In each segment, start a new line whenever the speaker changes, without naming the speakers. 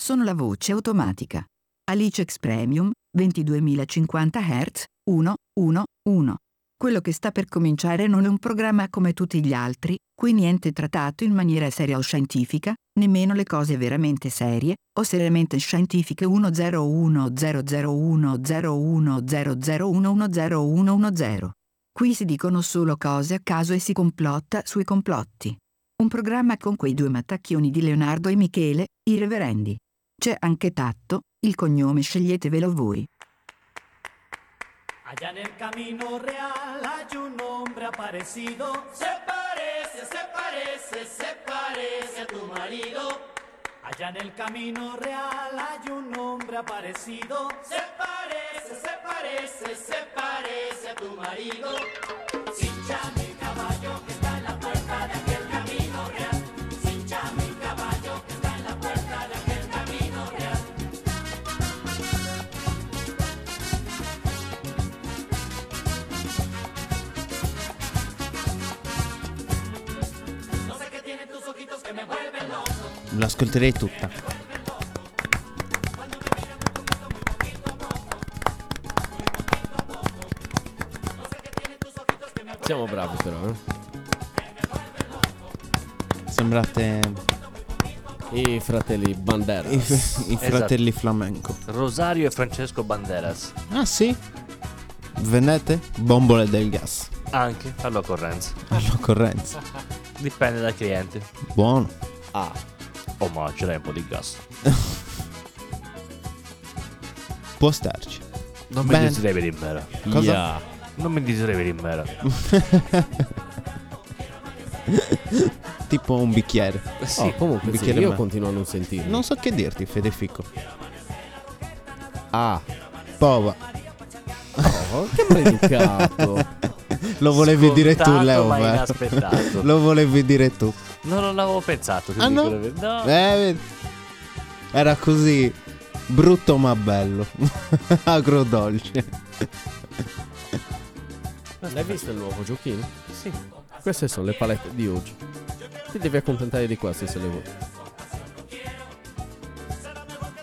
sono la voce automatica. Alice X Premium 22.050 Hz 111. Quello che sta per cominciare non è un programma come tutti gli altri, qui niente trattato in maniera seria o scientifica, nemmeno le cose veramente serie o seriamente scientifiche 1010010100110110. Qui si dicono solo cose a caso e si complotta sui complotti. Un programma con quei due mattacchioni di Leonardo e Michele, i reverendi. C'è anche Tatto, il cognome sceglietevelo voi.
Allá en el camino real hay un hombre aparecido. Se parece, se parece, se parece a tu marido. Allá en el camino real hay un hombre aparecido. Se parece, se parece, se parece a tu marido. Cinchame el caballo que está en la puerta de aquel camino real. Cinchame el caballo que está en la puerta de aquel camino real. No sé qué tienen tus ojitos que me vuelven loco.
Me l'ascolterei tutta.
Siamo bravi però, eh.
Sembrate
I fratelli Bandera. Esatto.
i, f- i fratelli flamenco.
Rosario e Francesco Banderas.
Ah sì? Venete? Bombole del gas.
Anche all'occorrenza.
All'occorrenza.
Dipende dal cliente.
Buono.
Ah, oh ma ce l'hai un po' di gas.
Può starci.
Non mi
Bene.
dislevi di mera.
Cosa?
Yeah.
Non mi dislevi di mera.
Tipo un bicchiere.
Sì,
Oh,
comunque
un
sì,
bicchiere
io
me-
continuo a non sentirlo.
Non so che dirti, Federico.
Ah,
Pova.
oh, che maleducato.
Lo volevi dire tu,
Scontato,
Leo.
ma
eh.
inaspettato.
Lo volevi dire tu.
No, non l'avevo pensato. ti
Ah,
dico
no?
la verità. No.
Eh, vedi. era così brutto ma bello. Agrodolce.
L'hai visto il nuovo giochino? Sì. Queste sono le palette di oggi. Ti devi accontentare di queste se le vuoi.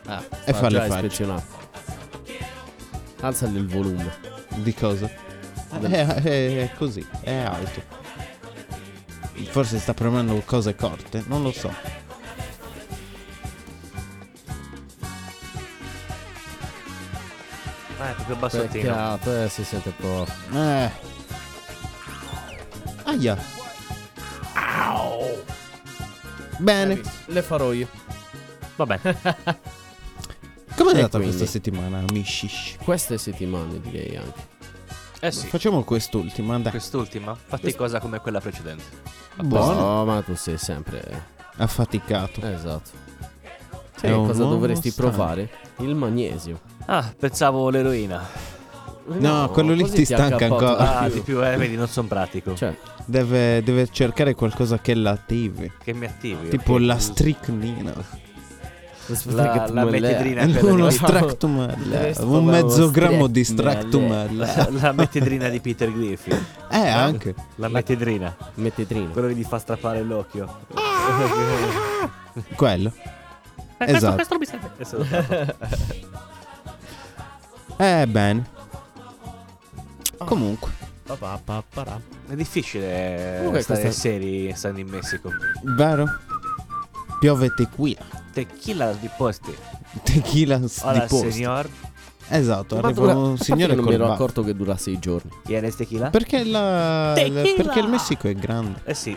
Ah,
E fa le
già
facce.
ispezionato. Alzali il volume.
Di cosa? Eh, eh, eh, è così, è alto. Forse sta premendo cose corte, non lo so.
Ma eh, è proprio
Perché
bassottino.
a te si sente un po'.
Eh. Aia. Bene.
Le farò io.
Va bene.
Com'è
E
andata
quindi?
questa settimana, amici?
Queste settimane direi anche.
Eh sì.
Facciamo quest'ultima, dai.
Quest'ultima faticosa come quella precedente.
Buono.
No, ma tu sei sempre.
Affaticato.
Esatto.
È
Sai
un
cosa
uomo
dovresti
strano.
provare? Il magnesio.
Ah, pensavo l'eroina.
No, quello lì
così
ti stanca
accappotto
ancora.
Ah,
più.
di più, eh, vedi, non sono pratico.
Cioè,
Deve, deve cercare qualcosa che l'attivi.
che mi attivi.
Tipo
ok?
la stricnina.
La, la metidrina è quella
Uno
di-
stractumella. Un mezzo grammo di stractumella.
esatto.
la, la metidrina di Peter Griffin.
Eh, anche.
La metidrina.
Mettetrino.
Quello che ti fa strappare l'occhio.
Quello. Esatto.
Adesso lo faccio.
Eh, bene. Comunque,
È difficile
Comunque
Comunque stare
questa-
seri stando in Messico.
vero? Piove tequila.
Tequila di posti.
Tequila s- di
Hola,
posto.
signor.
Esatto,
Ma
arriva
dura- a
un
parte
signore
che non mi
col
ero
bar.
accorto che dura sei giorni.
¿Quieres tequila?
Perché, la-
Tequila!
perché il Messico è grande.
Eh sì.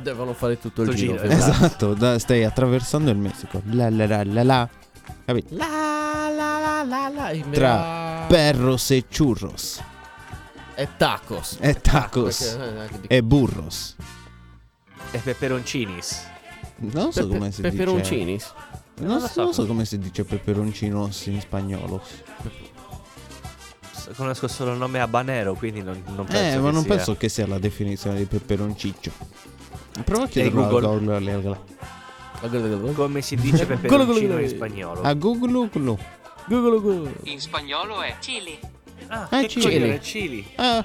Devono fare tutto il
Tutto il
giro.
giro,
Fede.
Esatto.
Esatto, da- stai attraversando il Messico. La la la la la. Capito?
La la la la la. il
Tra
mera-
perros e churros.
E tacos.
E tacos.
Perché, eh, anche di-
E burros.
E peperoncinis.
Non so
Pepe-
come si dice.
Peperoncini.
Non,
lo
so,
so
non so
come-
come si dice peperoncinos in spagnolo.
S- Conosco solo il nome habanero, quindi non, non penso
eh, ma
che
non
sia.
penso che sia la definizione di peperonciccio. Prova a
Dai,
chiederlo a
Google.
Google.
Come si dice
Quello, quello,
peperoncino
quello.
in spagnolo?
A Google, Google.
Google Google.
In spagnolo è Chile.
Ah,
eh,
che
Cili.
coglione, Cili.
Eh,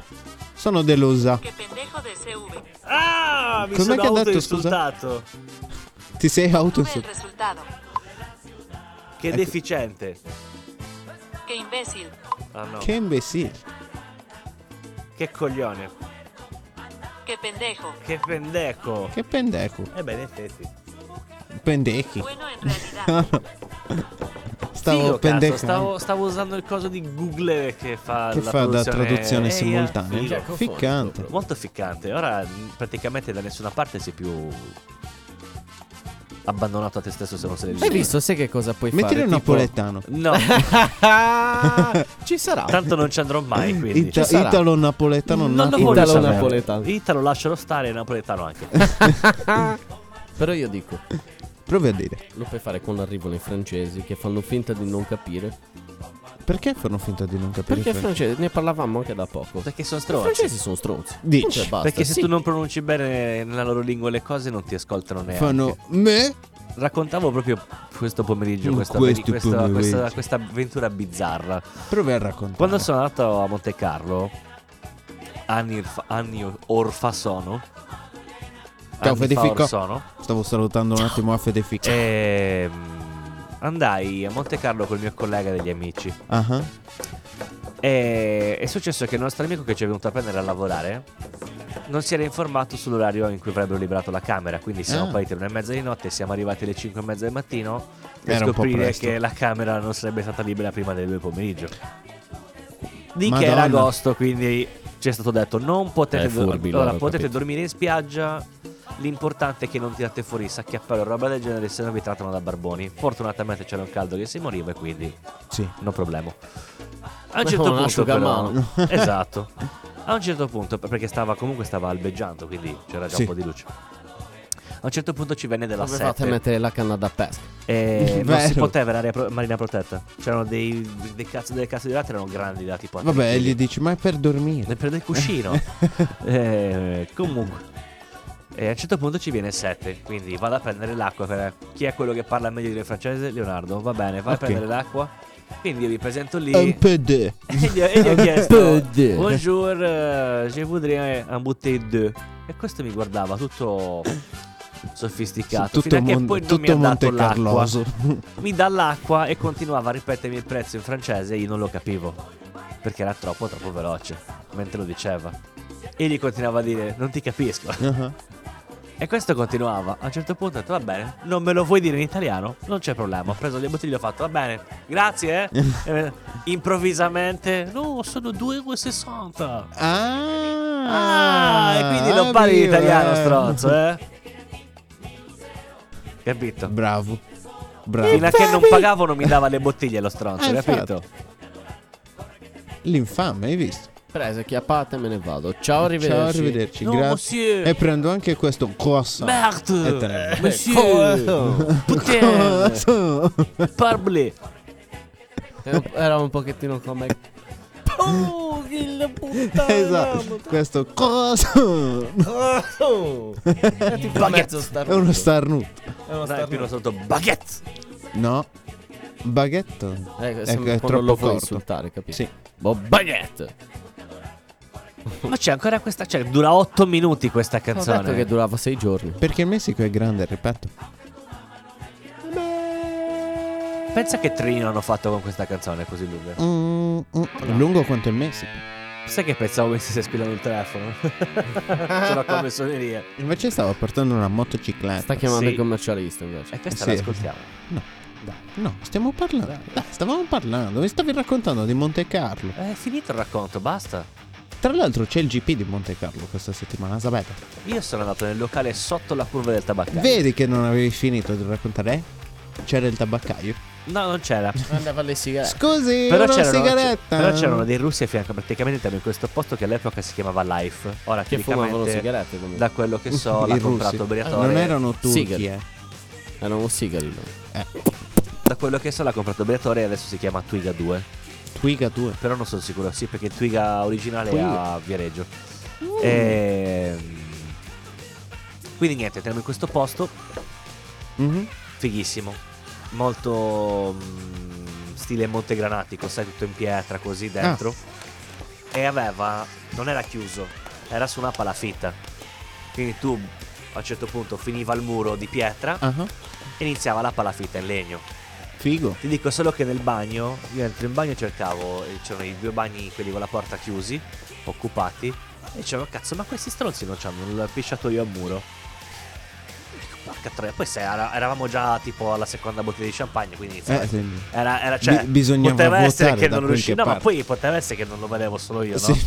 sono delusa.
Che pendejo de CV.
Ah, mi
Com'è
sono
che ha detto,
autoinsultato.
Ti sei auto...
Ve el resultado.
Che
Ecco.
deficiente.
Che imbecil.
Ah no.
Che
Che...
imbecille.
coglione.
Che pendejo.
Che pendeco.
Che pendeco.
Eh beh, in effetti.
Pendechi.
Bueno, en realidad.
No, no. Stavo
Figo, cazzo,
pendecando.
stavo, stavo usando il coso di Google che fa
Che
la
fa da
traduzione,
traduzione
Eh,
simultanea.
figo.
Ficcante.
Molto ficcante. Ora mh, praticamente da nessuna parte sei più abbandonato a te stesso se non sei lì.
Hai visto, sai che cosa puoi
Mettile
fare?
un napoletano.
No,
napoletano. Ci sarà.
tanto non ci andrò mai, quindi.
Ita-
sarà.
Italo napoletano
Non lo
nato
voglio
in
Italo
sapere.
napoletano.
Italo lascialo stare e napoletano anche.
Eh. Però io dico,
Provi a dire.
lo puoi fare quando arrivano i francesi che fanno finta di non capire.
Perché fanno finta di non capire?
Perché i
il francese?
francesi, ne parlavamo anche da poco.
Perché sono
I
stronzi.
francesi sono stronzi.
Dici.
Punto e basta.
Perché se
Sì.
tu non pronunci bene nella loro lingua le cose non ti ascoltano neanche.
Fanno me.
Raccontavo proprio questo pomeriggio
Mm,
questa,
questo
questa-
pomeriggio.
questa- questa avventura bizzarra.
Provi a raccontare.
Quando sono andato a Monte Carlo, anni, orfa- anni orfa sono.
Ciao,
anni fa
Federico.
or sono.
Stavo salutando un attimo a Fedefic.
Eh. Ehm, andai a Monte Carlo col mio collega degli amici.
Ah ah.
E è successo che il nostro amico che ci è venuto a prendere a lavorare non si era informato sull'orario in cui avrebbero liberato la camera. Quindi siamo
Ah.
partiti alle una e mezza di notte, siamo arrivati alle cinque e mezza del mattino per
Era un po'
scoprire
presto.
che la camera non sarebbe stata libera prima delle due del pomeriggio. Di che
Madonna.
era agosto, quindi ci è stato detto: non potete,
Eh, furbi
allora,
loro,
potete
capito.
dormire in spiaggia. L'importante è che non tirate fuori sacchi a pelo o roba del genere, se no vi trattano da barboni. Fortunatamente c'era un caldo che si moriva, e quindi
Sì.
No problema. A un
Ma
certo
con un
punto però,
asciugamano.
Esatto. A un certo punto perché stava comunque stava albeggiando, quindi c'era già
Sì.
un po' di luce. A un certo punto ci venne della
Dovevate
sete
mettere la canna da pesca.
e non si
Vero.
poteva in area pro- marina protetta. C'erano dei, dei cazzo, delle cazzo di latte erano grandi da tipo
Vabbè,
gli
gli dici, ma è per dormire.
ne prende il cuscino. Eh, comunque. E a un certo punto ci viene 7, quindi vado a prendere l'acqua. per- Chi è quello che parla meglio del francese? Leonardo. Va bene, vai
Ok.
a prendere l'acqua. Quindi io mi presento lì.
Un PD.
E gli, ho- e gli ho
Un
chiesto
peu de.
Bonjour, euh, je voudrais un bouteille d'eux E questo mi guardava tutto sofisticato
Tutto,
Fino a che
mon-
poi non mi
tutto
ha dato
Monte
l'acqua
Carloso.
Mi dà l'acqua e continuava a ripetermi il prezzo in francese E io non lo capivo Perché era troppo troppo veloce Mentre lo diceva E gli continuava a dire Non ti capisco
Ah,
E questo continuava A un certo punto ho detto Va bene Non me lo vuoi dire in italiano? Non c'è problema Ho preso le bottiglie e ho fatto Va bene Grazie eh." Eh, Improvvisamente No sono 2,60 Ah,
Ah,
e quindi non parli in
amico,
italiano,
eh.
stronzo, eh? Capito?
Bravo. Bravo.
Fino a che certo. non pagavo non mi dava le bottiglie lo stronzo,
Eh,
capito?
L'infame, hai visto?
Prese, chiappate e me ne vado. Ciao, arrivederci.
Ciao, arrivederci.
No,
grazie.
monsieur.
E prendo anche questo croissant. E te ne
Merde!
Eh,
vai.
Monsieur! Putain! Parble!
Eh, Era un pochettino come. Oh, il puttana!
esatto. Questo croissant.
Oh, è tipo mezzo
È uno
starnuto.
starnuto.
È uno
Dai,
starnuto.
Pino sotto baguette!
No. Baguette.
Eh,
Ecco,
sembra
è
quando
troppo
lo vuoi
corto.
insultare, capito?
Sì.
Boh, baguette.
Ma c'è ancora questa... Cioè, dura 8 minuti questa
Ho detto
canzone.
che durava sei giorni.
Perché il Messico è grande, ripeto.
Pensa che Trino hanno fatto con questa canzone così lunga.
Mm, mm, lungo quanto il Messico.
Sai che pensavo che stesse squillando il telefono? Ce l'ho come suoneria.
Invece stavo portando una motocicletta.
Sta chiamando
Sì. Ecco.
il commercialista invece.
E questa
Sì.
l'ascoltiamo.
No, dai, no, stiamo parlando. Dai, stavamo parlando, mi stavi raccontando di Monte Carlo.
È finito il racconto, basta.
Tra l'altro c'è il GP di Monte Carlo questa settimana, sapete?
Io sono andato nel locale sotto la curva del tabaccaio.
Vedi che non avevi finito di raccontare? eh? C'era il tabaccaio.
no, non c'era.
Andava alle sigarette.
Scusi,
Eh. Però
una
c'erano,
sigaretta.
però c'erano dei russi a fianco. Praticamente in questo posto che all'epoca si chiamava Life. Ora,
Che fumavano
tecnicamente,
sigarette comunque.
da quello che so, l'ha
I
comprato
russi. Ah,
Briatore.
Non erano turchi,
Sigari.
eh.
Erano sigari loro.
Da quello che so, l'ha comprato Briatore e adesso si chiama Twiga 2.
Twiga 2.
Però non sono sicuro, sì, perché Twiga originale
Twiga. Uh.
è a Viareggio. Ehm, Quindi niente, entriamo in questo posto,
Mhm.
fighissimo, molto mm, stile montegranatico, sai, tutto in pietra così dentro.
Ah.
E aveva, non era chiuso, era su una palafitta. Quindi tu a un certo punto finiva il muro di pietra
Ah, ah.
e iniziava la palafitta in legno.
Figo.
Ti dico solo che nel bagno, io entro in bagno e cercavo, e c'erano i due bagni, quelli con la porta chiusi, occupati, e dicevo, cazzo, ma questi stronzi non c'hanno il pisciatoio a muro. Dico, Porca troia, poi se era- eravamo già tipo alla seconda bottiglia di champagne, quindi insomma,
Eh, sì.
era, era- cioè,
Bi- bisognava
poteva essere
votare
che
da
non
qualche
riuscivo, no, ma
parte.
poi poteva essere che non lo vedevo solo io, no?
Sì.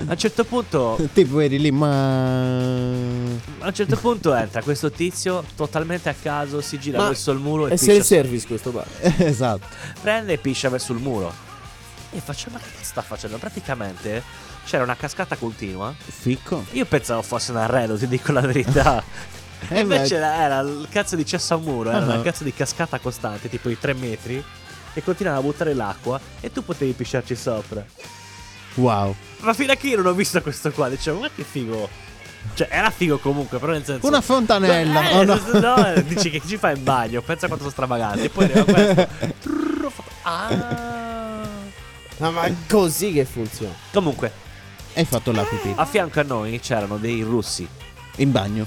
A un certo punto
Tipo eri lì, ma...
A un certo punto entra questo tizio totalmente a caso, si gira
Ma
verso il muro e
È self
piscia,
service questo bar.
esatto.
prende e piscia verso il muro. E faccio, ma che cazzo sta facendo? Praticamente c'era una cascata continua.
Ficco.
Io pensavo fosse un arredo, ti dico la verità. E
Eh,
invece
beh.
era, era il cazzo di cesso a muro,
Ah,
era
no.
una cazzo di cascata costante, tipo i 3 metri, e continuava a buttare l'acqua e tu potevi pisciarci sopra.
Wow.
Ma fino a che io non ho visto questo qua, dicevo, ma che figo. Cioè, era figo comunque, però nel senso...
Una fontanella.
Eh,
oh no.
s- no, dici che ci fai in bagno, pensa quanto sono stravagante. Poi arriva questo. trrr, fa- Ah.
No, ma è così che funziona.
Comunque,
Hai fatto la pipì.
a fianco a noi c'erano dei russi.
In bagno.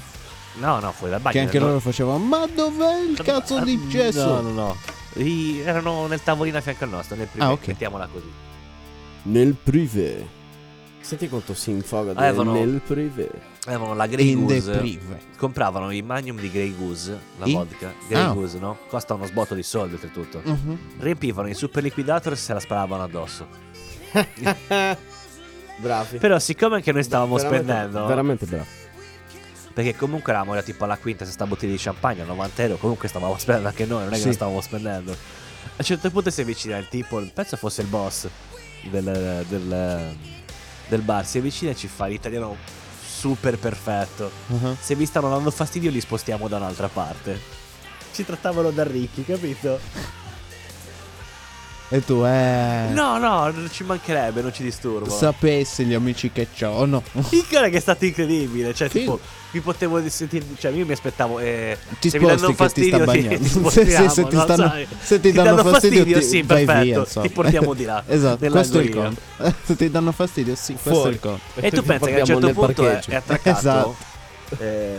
No, no, fuori dal bagno.
Che anche
Ah, no.
loro facevano, ma dov'è il cazzo di
No,
gesso?
no, no. I- erano nel tavolino a fianco al nostro, nel primo,
Ah, ok.
mettiamola così.
Nel privé. Senti quanto si infoga del-
Avevano-
nel privé.
Avevano la Grey
In the
Goose.
prive.
Compravano i magnum di Grey Goose, la
I?
vodka. Grey
Ah.
Goose, no? Costa uno sbotto di soldi, oltretutto.
Mhm.
Riempivano i super liquidator e se la sparavano addosso.
Bravi.
Però, siccome anche noi stavamo
Veramente-
spendendo,
Veramente bravi.
Perché comunque eravamo arrivati tipo alla quinta, sesta bottiglia di champagne a 90 euro. Comunque stavamo spendendo anche noi, non è che
Sì.
non stavamo spendendo. A un certo punto si avvicina il tipo, penso fosse il boss del, del- del bar. Si avvicina e ci fa l'italiano super perfetto.
Mhm.
Se vi stanno dando fastidio, li spostiamo da un'altra parte. Ci trattavano da ricchi, capito?
E tu, eh...
No, no, non ci mancherebbe, non ci disturbo.
Sapessi gli amici che c'ho, oh no.
Piccolo che è stato incredibile, cioè
Sì.
tipo mi potevo di- sentire, cioè io mi aspettavo eh,
Ti
se
sposti
mi danno
che ti
fastidio
sta
sì,
bagnando.
ti
Se-
spostiamo,
se- se ti
no?
stanno-
Sai,
se ti danno fastidio, ti-
sì,
vai via,
perfetto,
insomma.
ti portiamo di là.
Esatto,
nella
questo è il
goria.
conto. Se ti danno fastidio, sì, questo
Fuori.
è il conto.
E tu pensi che a un
Parliamo
certo
nel
punto è,
parcheggio.
è attraccato
Esatto.
eh,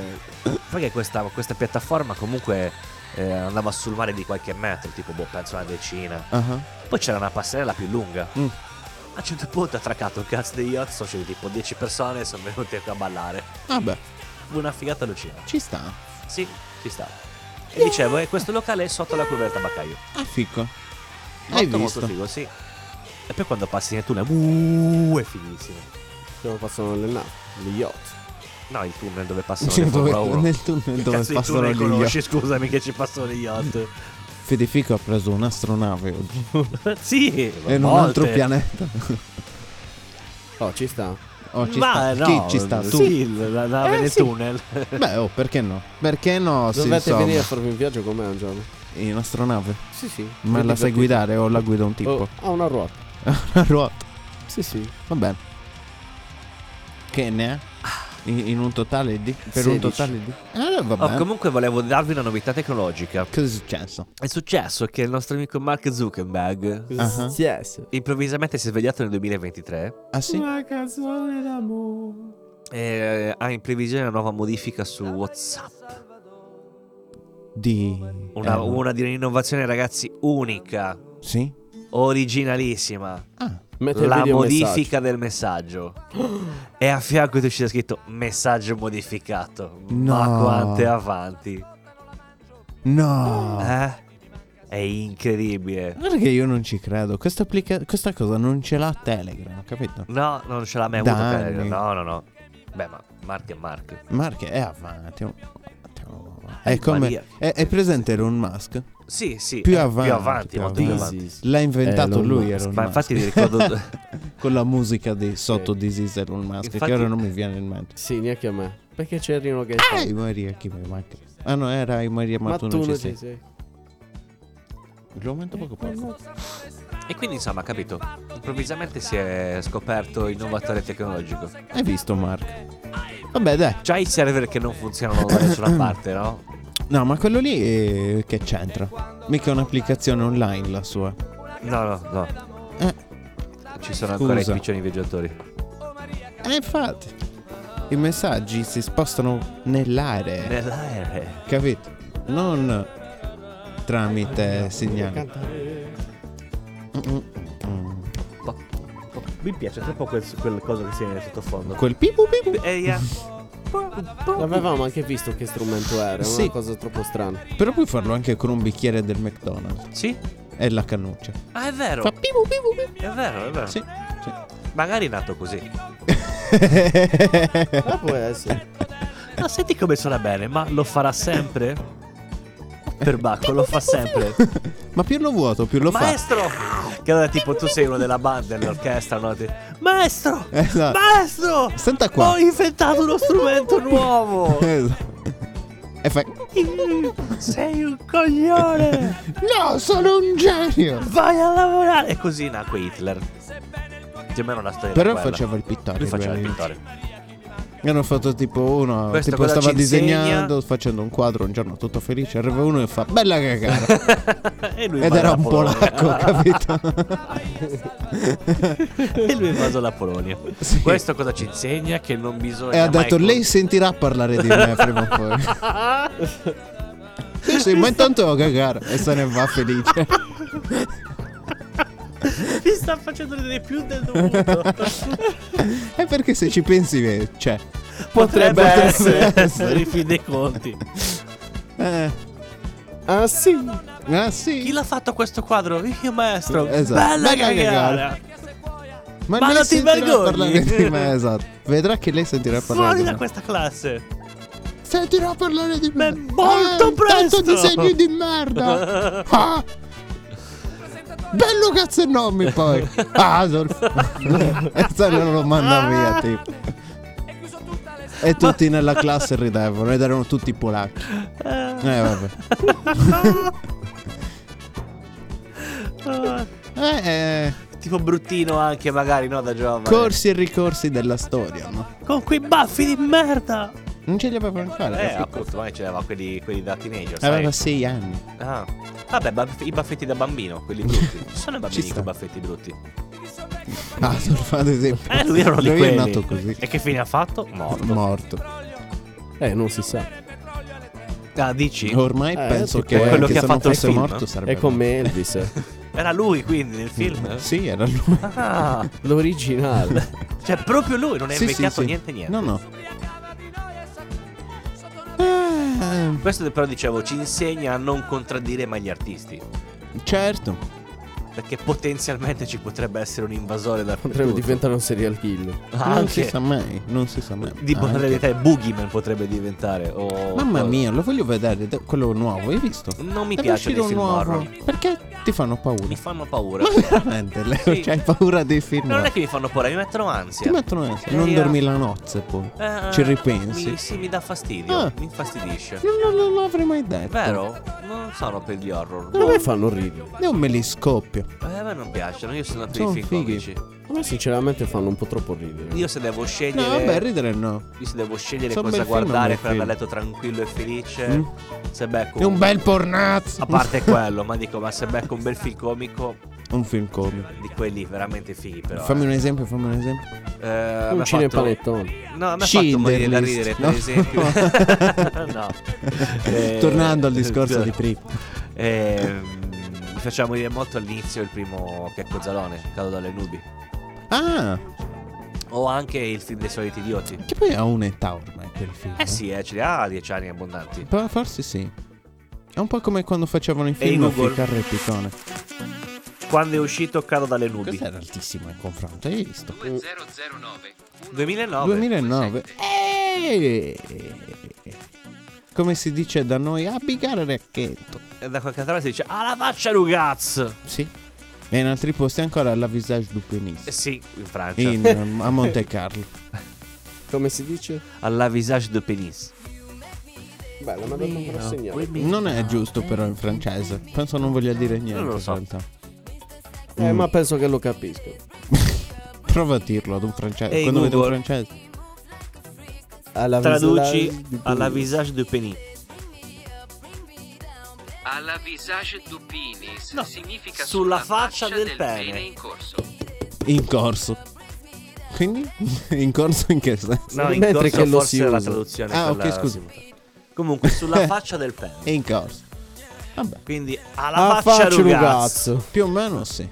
perché questa, questa piattaforma comunque eh, andava sul mare di qualche metro, tipo boh, penso una decina.
Ah,
Poi c'era una passerella più lunga.
Mm.
A un certo punto ha attraccato un cazzo di yacht, sono scesi tipo 10 persone e sono venuti a ballare.
Vabbè,
Una figata allucinante.
ci sta.
Sì, ci sta. E dicevo, eh, questo locale è sotto la cuvetta Baccaio.
Ah, ficco. Hai
Molto molto
visto?
figo, sì. E poi quando passi nel tunnel, uuuh, è fighissimo.
Stiamo passando le navi, gli yacht.
No, il tunnel dove passano le
Cioè, Dove-
Formula 1.
nel tunnel dove
Cazzo di
passano
tunnel
gli yacht.
conosci, scusami che ci passano gli yacht.
Fede Fico ha preso un'astronave oggi.
sì,
Era un
volte.
altro pianeta.
Oh, ci sta.
Oh, ci
Ma no,
sta. Chi ci sta? Tu?
Sì, la nave
Eh,
nel
sì.
tunnel.
Beh, oh, perché no? Perché no? Sì,
Dovete
insomma,
venire a farvi un viaggio con me un giorno.
in astronave.
Sì, sì. Oh,
Ma la sai guidare o la guida un
Oh.
tipo?
Ha una ruota.
Una ruota.
Sì, sì.
Va bene. Che ne è?
Ah.
In, in un totale di? Per un
16.
totale di? Eh, va
Oh,
bene.
comunque volevo darvi una novità tecnologica.
Cosa è successo?
È successo che il nostro amico Mark Zuckerberg
Ah.
Yes.
improvvisamente si è svegliato nel 2023
Ah sì?
Una canzone d'amore.
e eh, ha in previsione una nuova modifica su WhatsApp.
Di...
Una,
eh, no.
una di un'innovazione, ragazzi, unica,
Sì?
originalissima.
Ah.
Mette
La
il video
modifica del messaggio. e a fianco ti c'è scritto messaggio modificato. Ma
No.
quante avanti.
No.
Eh? È incredibile.
Guarda che io non ci credo. Questa, applica- questa cosa non ce l'ha Telegram, capito?
No, non ce l'ha mai
Da
avuto. per-
anni.
No, no, no. Beh, ma Mark è Mark.
Marche è avanti. un attimo. È
Maria.
come... È, è presente Elon Musk?
Sì, sì.
Più
eh,
avanti,
Più avanti,
più
molto
messaggio.
più avanti.
avanti.
This is-
L'ha inventato
Elon
lui
Musk.
Elon
Eh, Ma
Musk.
infatti vi ricordo.
Con la musica di Sotto Disease Elon Musk,
Infatti-
che ora non mi viene in mente.
Sì, neanche a me. Perché c'è Rino che
Ehi Maria, chi mi manca? Ah no, era i Maria
Eh! Ma tu non ci
sei.
sei.
Lo aumento poco poco.
e quindi, insomma, capito. Improvvisamente si è scoperto innovatore tecnologico.
Hai visto Mark? Vabbè dai.
Già i server che non funzionano da nessuna parte, no?
No, ma quello lì eh, che c'entra? Mica è un'applicazione online la sua.
No, no, no.
Eh,
Ci sono ancora
Scusa.
i piccioni viaggiatori.
eh, infatti. I messaggi
Eh.
Eh,
si spostano nell'area,
Nell'aereo.
capito? Non tramite segnali. Mm,
Po- po- Mi piace troppo quel, quel coso che si vede sottofondo.
Quel pipu pipu.
Eh, yeah.
L'avevamo anche visto che strumento era,
Sì.
una cosa troppo strana.
Però puoi farlo anche con un bicchiere del McDonald's
Sì?
e la cannuccia.
Ah, è vero.
Fa pipu pipu pipu.
È vero, è vero.
Sì, sì.
Magari è nato così.
Ma può essere.
Ma senti come suona bene, ma lo farà sempre? Perbacco lo fa sempre.
Ma più lo vuoto, più lo fa.
Maestro! Che allora tipo tu sei uno della banda, dell'orchestra, no? Ti- Maestro!
Esatto.
Maestro!
Senta qua.
Ho inventato uno strumento nuovo!
Esatto. E fai.
sei un coglione!
No, sono un genio!
Vai a lavorare! E così nacque Hitler. Più o meno la storia
Però
era quella.
faceva il pittore.
Lui faceva il
lui.
pittore.
Ne hanno fatto tipo uno.
Questo
tipo
cosa
stava
ci insegna?
disegnando, facendo un quadro un giorno tutto felice. Arriva uno e fa bella cagata.
e lui
Ed
invade
era
la
un
Polonia.
polacco, capito?
e lui invase la Polonia.
Sì.
Questo cosa ci insegna? Che non bisogna.
E ha detto:
mai-
Lei sentirà parlare di me prima o poi. Sì, sì, ma intanto devo cagare. E se ne va felice.
Mi sta facendo ridere più del dovuto.
E perché se ci pensi, eh, cioè.
Potrebbe essere,
essere.
in fin dei conti.
Eh,
Ah sì.
ah
Chi
sì.
l'ha fatto questo quadro? Io maestro.
Esatto.
Bella
Bella
cagata. ma
lei
non ti
sentirà
vergogni.
parlare di me, esatto. Vedrà che lei sentirà parlare
Fuori
di
da
me.
questa classe.
Sentirà parlare di me. Ah,
Beh, molto presto.
Tanto disegni di merda. Ah. Bello cazzo e nomi poi. Adolf. e se non lo manda
Ah.
via, tipo. E tutti nella classe ridevano ed erano tutti polacchi. Eh vabbè.
Ah,
Eh, eh,
tipo bruttino anche magari, no, da giovane.
corsi e ricorsi della storia, no?
Con quei baffi di merda.
Non ce li aveva ancora.
Eh,
capito?
appunto, ma c'era quelli, quelli da teenager, sai?
Aveva sei anni.
Ah. Vabbè, baff- i baffetti da bambino, quelli brutti. Ci sono i bambini
sta.
con i baffetti brutti.
Adolf, ad esempio.
Eh, lui era lì
Lui è
quelli.
nato così.
E che fine ha fatto? Morto.
Morto.
Eh, non si sa.
Ah, dici?
Ormai
Eh,
penso
tipo
che,
quello
anche
che ha
se non
fatto il
fosse
film,
morto sarebbe
È come Elvis. eh.
Era lui quindi nel film?
Sì, era lui.
Ah,
L'originale.
cioè proprio lui, non è
Sì, sì,
invecchiato
sì.
niente niente.
No, no. Eh,
Questo però dicevo ci insegna a non contraddire mai gli artisti,
certo.
perché potenzialmente ci potrebbe essere un invasore dal
Potrebbe
futuro.
diventare un serial killer.
Non si
Anche
sa mai. Non si sa mai.
Ah, di buona
Anche.
realtà il Boogeyman potrebbe diventare o-
Ah, Mamma
o-
mia, lo voglio vedere. de- Quello nuovo, hai visto?
Non mi
Deve
piace
uscire
dei
un
film
nuovo.
horror.
Perché ti fanno paura?
Mi fanno paura.
Ma veramente, lei
Sì.
c'hai paura dei film?
Non è che mi fanno paura, mi mettono
Ti
ansia.
mettono ansia.
Eh,
Non
io-
dormi la nozze poi.
Eh,
Ci ripensi.
Mi, sì, mi dà fastidio,
Ah.
mi infastidisce.
Non, non- non lo avrei mai detto.
Vero? Non sono per gli horror.
Ma A me fanno ridere.
Io me li scoppio.
Eh, a me non piacciono, io sono per
Sono
i film
fighi.
comici.
A me sinceramente fanno un po' troppo ridere.
Io se devo
No,
scegliere.
vabbè, ridere no.
Io se devo scegliere
Sono
cosa
bel film,
guardare
un
per
bel
andare a letto
film.
tranquillo e felice.
Mm.
Se becco.
È un bel pornazzo.
A parte quello, ma dico, ma se becco un bel film comico
Un film comico.
di quelli veramente fighi, però. eh.
Fammi un esempio, fammi un esempio.
Eh, a me
Un
ha
cinepanettone.
fatto- No, a me ha fatto
Schindler's
morire da
List,
ridere, per
no?
esempio. no. Eh, cioè.
Tornando al discorso di prima.
Ehm, Mi faceva morire molto all'inizio il primo Checco Zalone, Cado dalle nubi.
Ah,
O anche il film dei soliti idioti.
che poi ha un'età ormai quel film.
Eh sì, eh, ce li ha 10 anni abbondanti.
Però forse sì. È un po' come quando facevano i
in
film a
Google.
ficcare il pitone.
Quando è uscito Cado dalle nubi?
Questo era altissimo in confronto, hai visto?
2009.
2009.
Eh!
Eeeh! Come si dice da noi, abbigare rechetto.
E da qualche altra parte si dice alla faccia Lugaz.
Sì. E in altri posti ancora la visage du penis.
Eh sì, certo. in Francia.
In, ehm, a Monte Carlo.
Come si dice?
Alla visage de penis.
Beh, la madonna me l'ha segnato.
Non è giusto però in francese. Penso non voglia dire niente
Non lo so.
in realtà.
Eh, ma penso che lo capisco.
Prova a dirlo ad un francese.
Ehi,
Quando vedo un
Google.
francese.
Alla
Traduci
visual-
alla visage de penis.
Alla visage du penis significa
sulla faccia del pene.
in corso.
In corso. Quindi? in corso in che senso?
No, in
Mentre
corso
che lo
forse
si
la
usa.
traduzione.
Ah,
quella
ok, scusi.
simultanea. Comunque, sulla faccia del pene.
In corso. Vabbè.
Quindi alla
Ah,
La
faccia
Ah, faccia
rugazzo.
rugazzo.
Più o meno sì.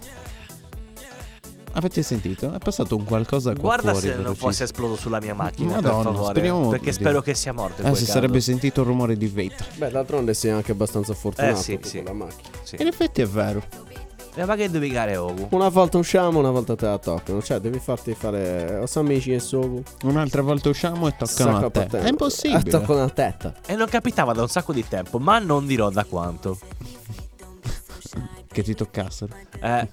Avete sentito? È passato un qualcosa qua
Guarda
fuori
se non
velocissimo.
fosse esploso sulla mia macchina,
Madonna,
per favore.
speriamo-
perché
oddio.
spero che sia morto. in
Eh,
quel
si
caso.
sarebbe sentito il rumore di vetro.
Beh, d'altronde sei anche abbastanza fortunato
Eh, sì,
con
sì.
la macchina.
Sì.
In effetti è vero.
E ma che devi gare Ogu?
Una volta usciamo, una volta te la toccano. Cioè, devi farti fare o amici e sogo.
Un'altra volta usciamo e toccano a te. È
Ah,
impossibile.
Eh, Toccano a testa.
E non capitava da un sacco di tempo, ma non dirò da quanto.
Che ti toccassero.
Eh,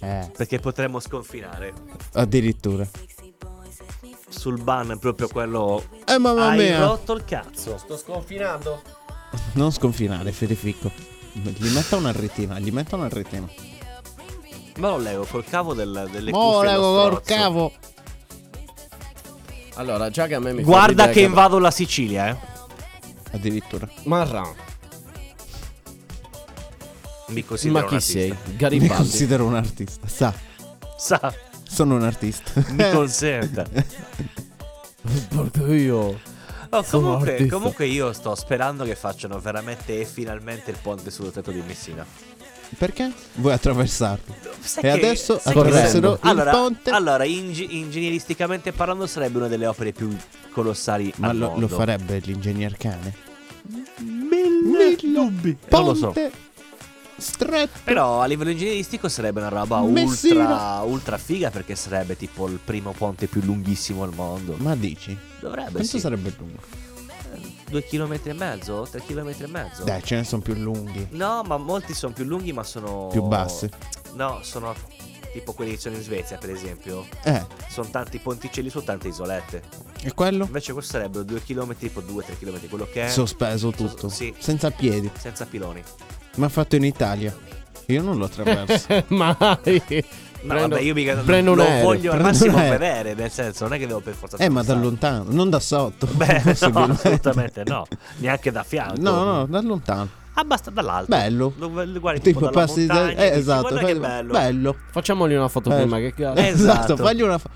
Eh.
perché potremmo sconfinare
Addirittura.
sul ban proprio quello.
Eh mamma
Hai
mia.
rotto il cazzo.
Sto sconfinando.
Non sconfinare, Federico. Gli metta una retina, gli metta una retina.
Ma lo levo col cavo del, delle cuffie.
Ora
allo
col
strozzo.
cavo.
Allora, già che a me mi fa
Guarda
l'idea
che invado la Sicilia, eh.
Addirittura.
Marran.
Mi considero
Ma
un
chi
artista.
sei?
Mi
Garibaldi.
considero un artista. Sa,
Sa,
sono un artista.
mi consenta.
Porto io.
Oh,
Sono
comunque,
artista.
comunque io sto sperando che facciano veramente e finalmente il ponte sul tetto di Messina.
Perché? Vuoi attraversarlo?
Sai
E
che-
adesso
sai che
attraversero
sarebbe-
il
allora,
ponte.
Allora, ing- ingegneristicamente parlando, sarebbe una delle opere più colossali
Ma
al
lo, lo
mondo.
farebbe l'ingegner cane?
Mille dubbi. Non Eh, lo so.
Ponte stretto.
Però a livello ingegneristico sarebbe una roba ultra,
Messina.
ultra figa perché sarebbe tipo il primo ponte più lunghissimo al mondo.
Ma dici?
Dovrebbe
Quanto
Eh, sì.
sarebbe lungo?
Due chilometri e mezzo? Tre chilometri e mezzo?
Dai, ce ne sono più lunghi.
No, ma molti sono più lunghi ma sono...
Più bassi.
No, sono tipo quelli che sono in Svezia per esempio.
Eh,
Sono tanti ponticelli su tante isolette.
e quello?
Invece questo sarebbero due chilometri, tipo due, tre chilometri, quello che è...
Sospeso tutto.
Eh. Sì.
Senza piedi.
senza piloni.
Ma fatto in Italia. Io non l'ho attraverso.
Mai.
No,
Prendo-
vabbè, io mica
prendo un
lo
aereo.
voglio al
prendo un
massimo
aereo.
vedere, nel senso, non è che devo per forza
eh, ma da
attraversare.
lontano. Non da sotto.
Beh, no,
Possibilmente.
assolutamente no. Neanche da fianco.
No, no, da lontano.
Abbassa dall'alto.
Bello.
Lo, lo guardi tipo,
Tipo
dalla
passi da...
montagna,
Eh,
dici,
esatto.
guarda che
fai-
bello.
bello.
Facciamogli una foto
Eh.
prima che cazzo.
Eh,
Esatto,
Esatto.
fagli una. fo-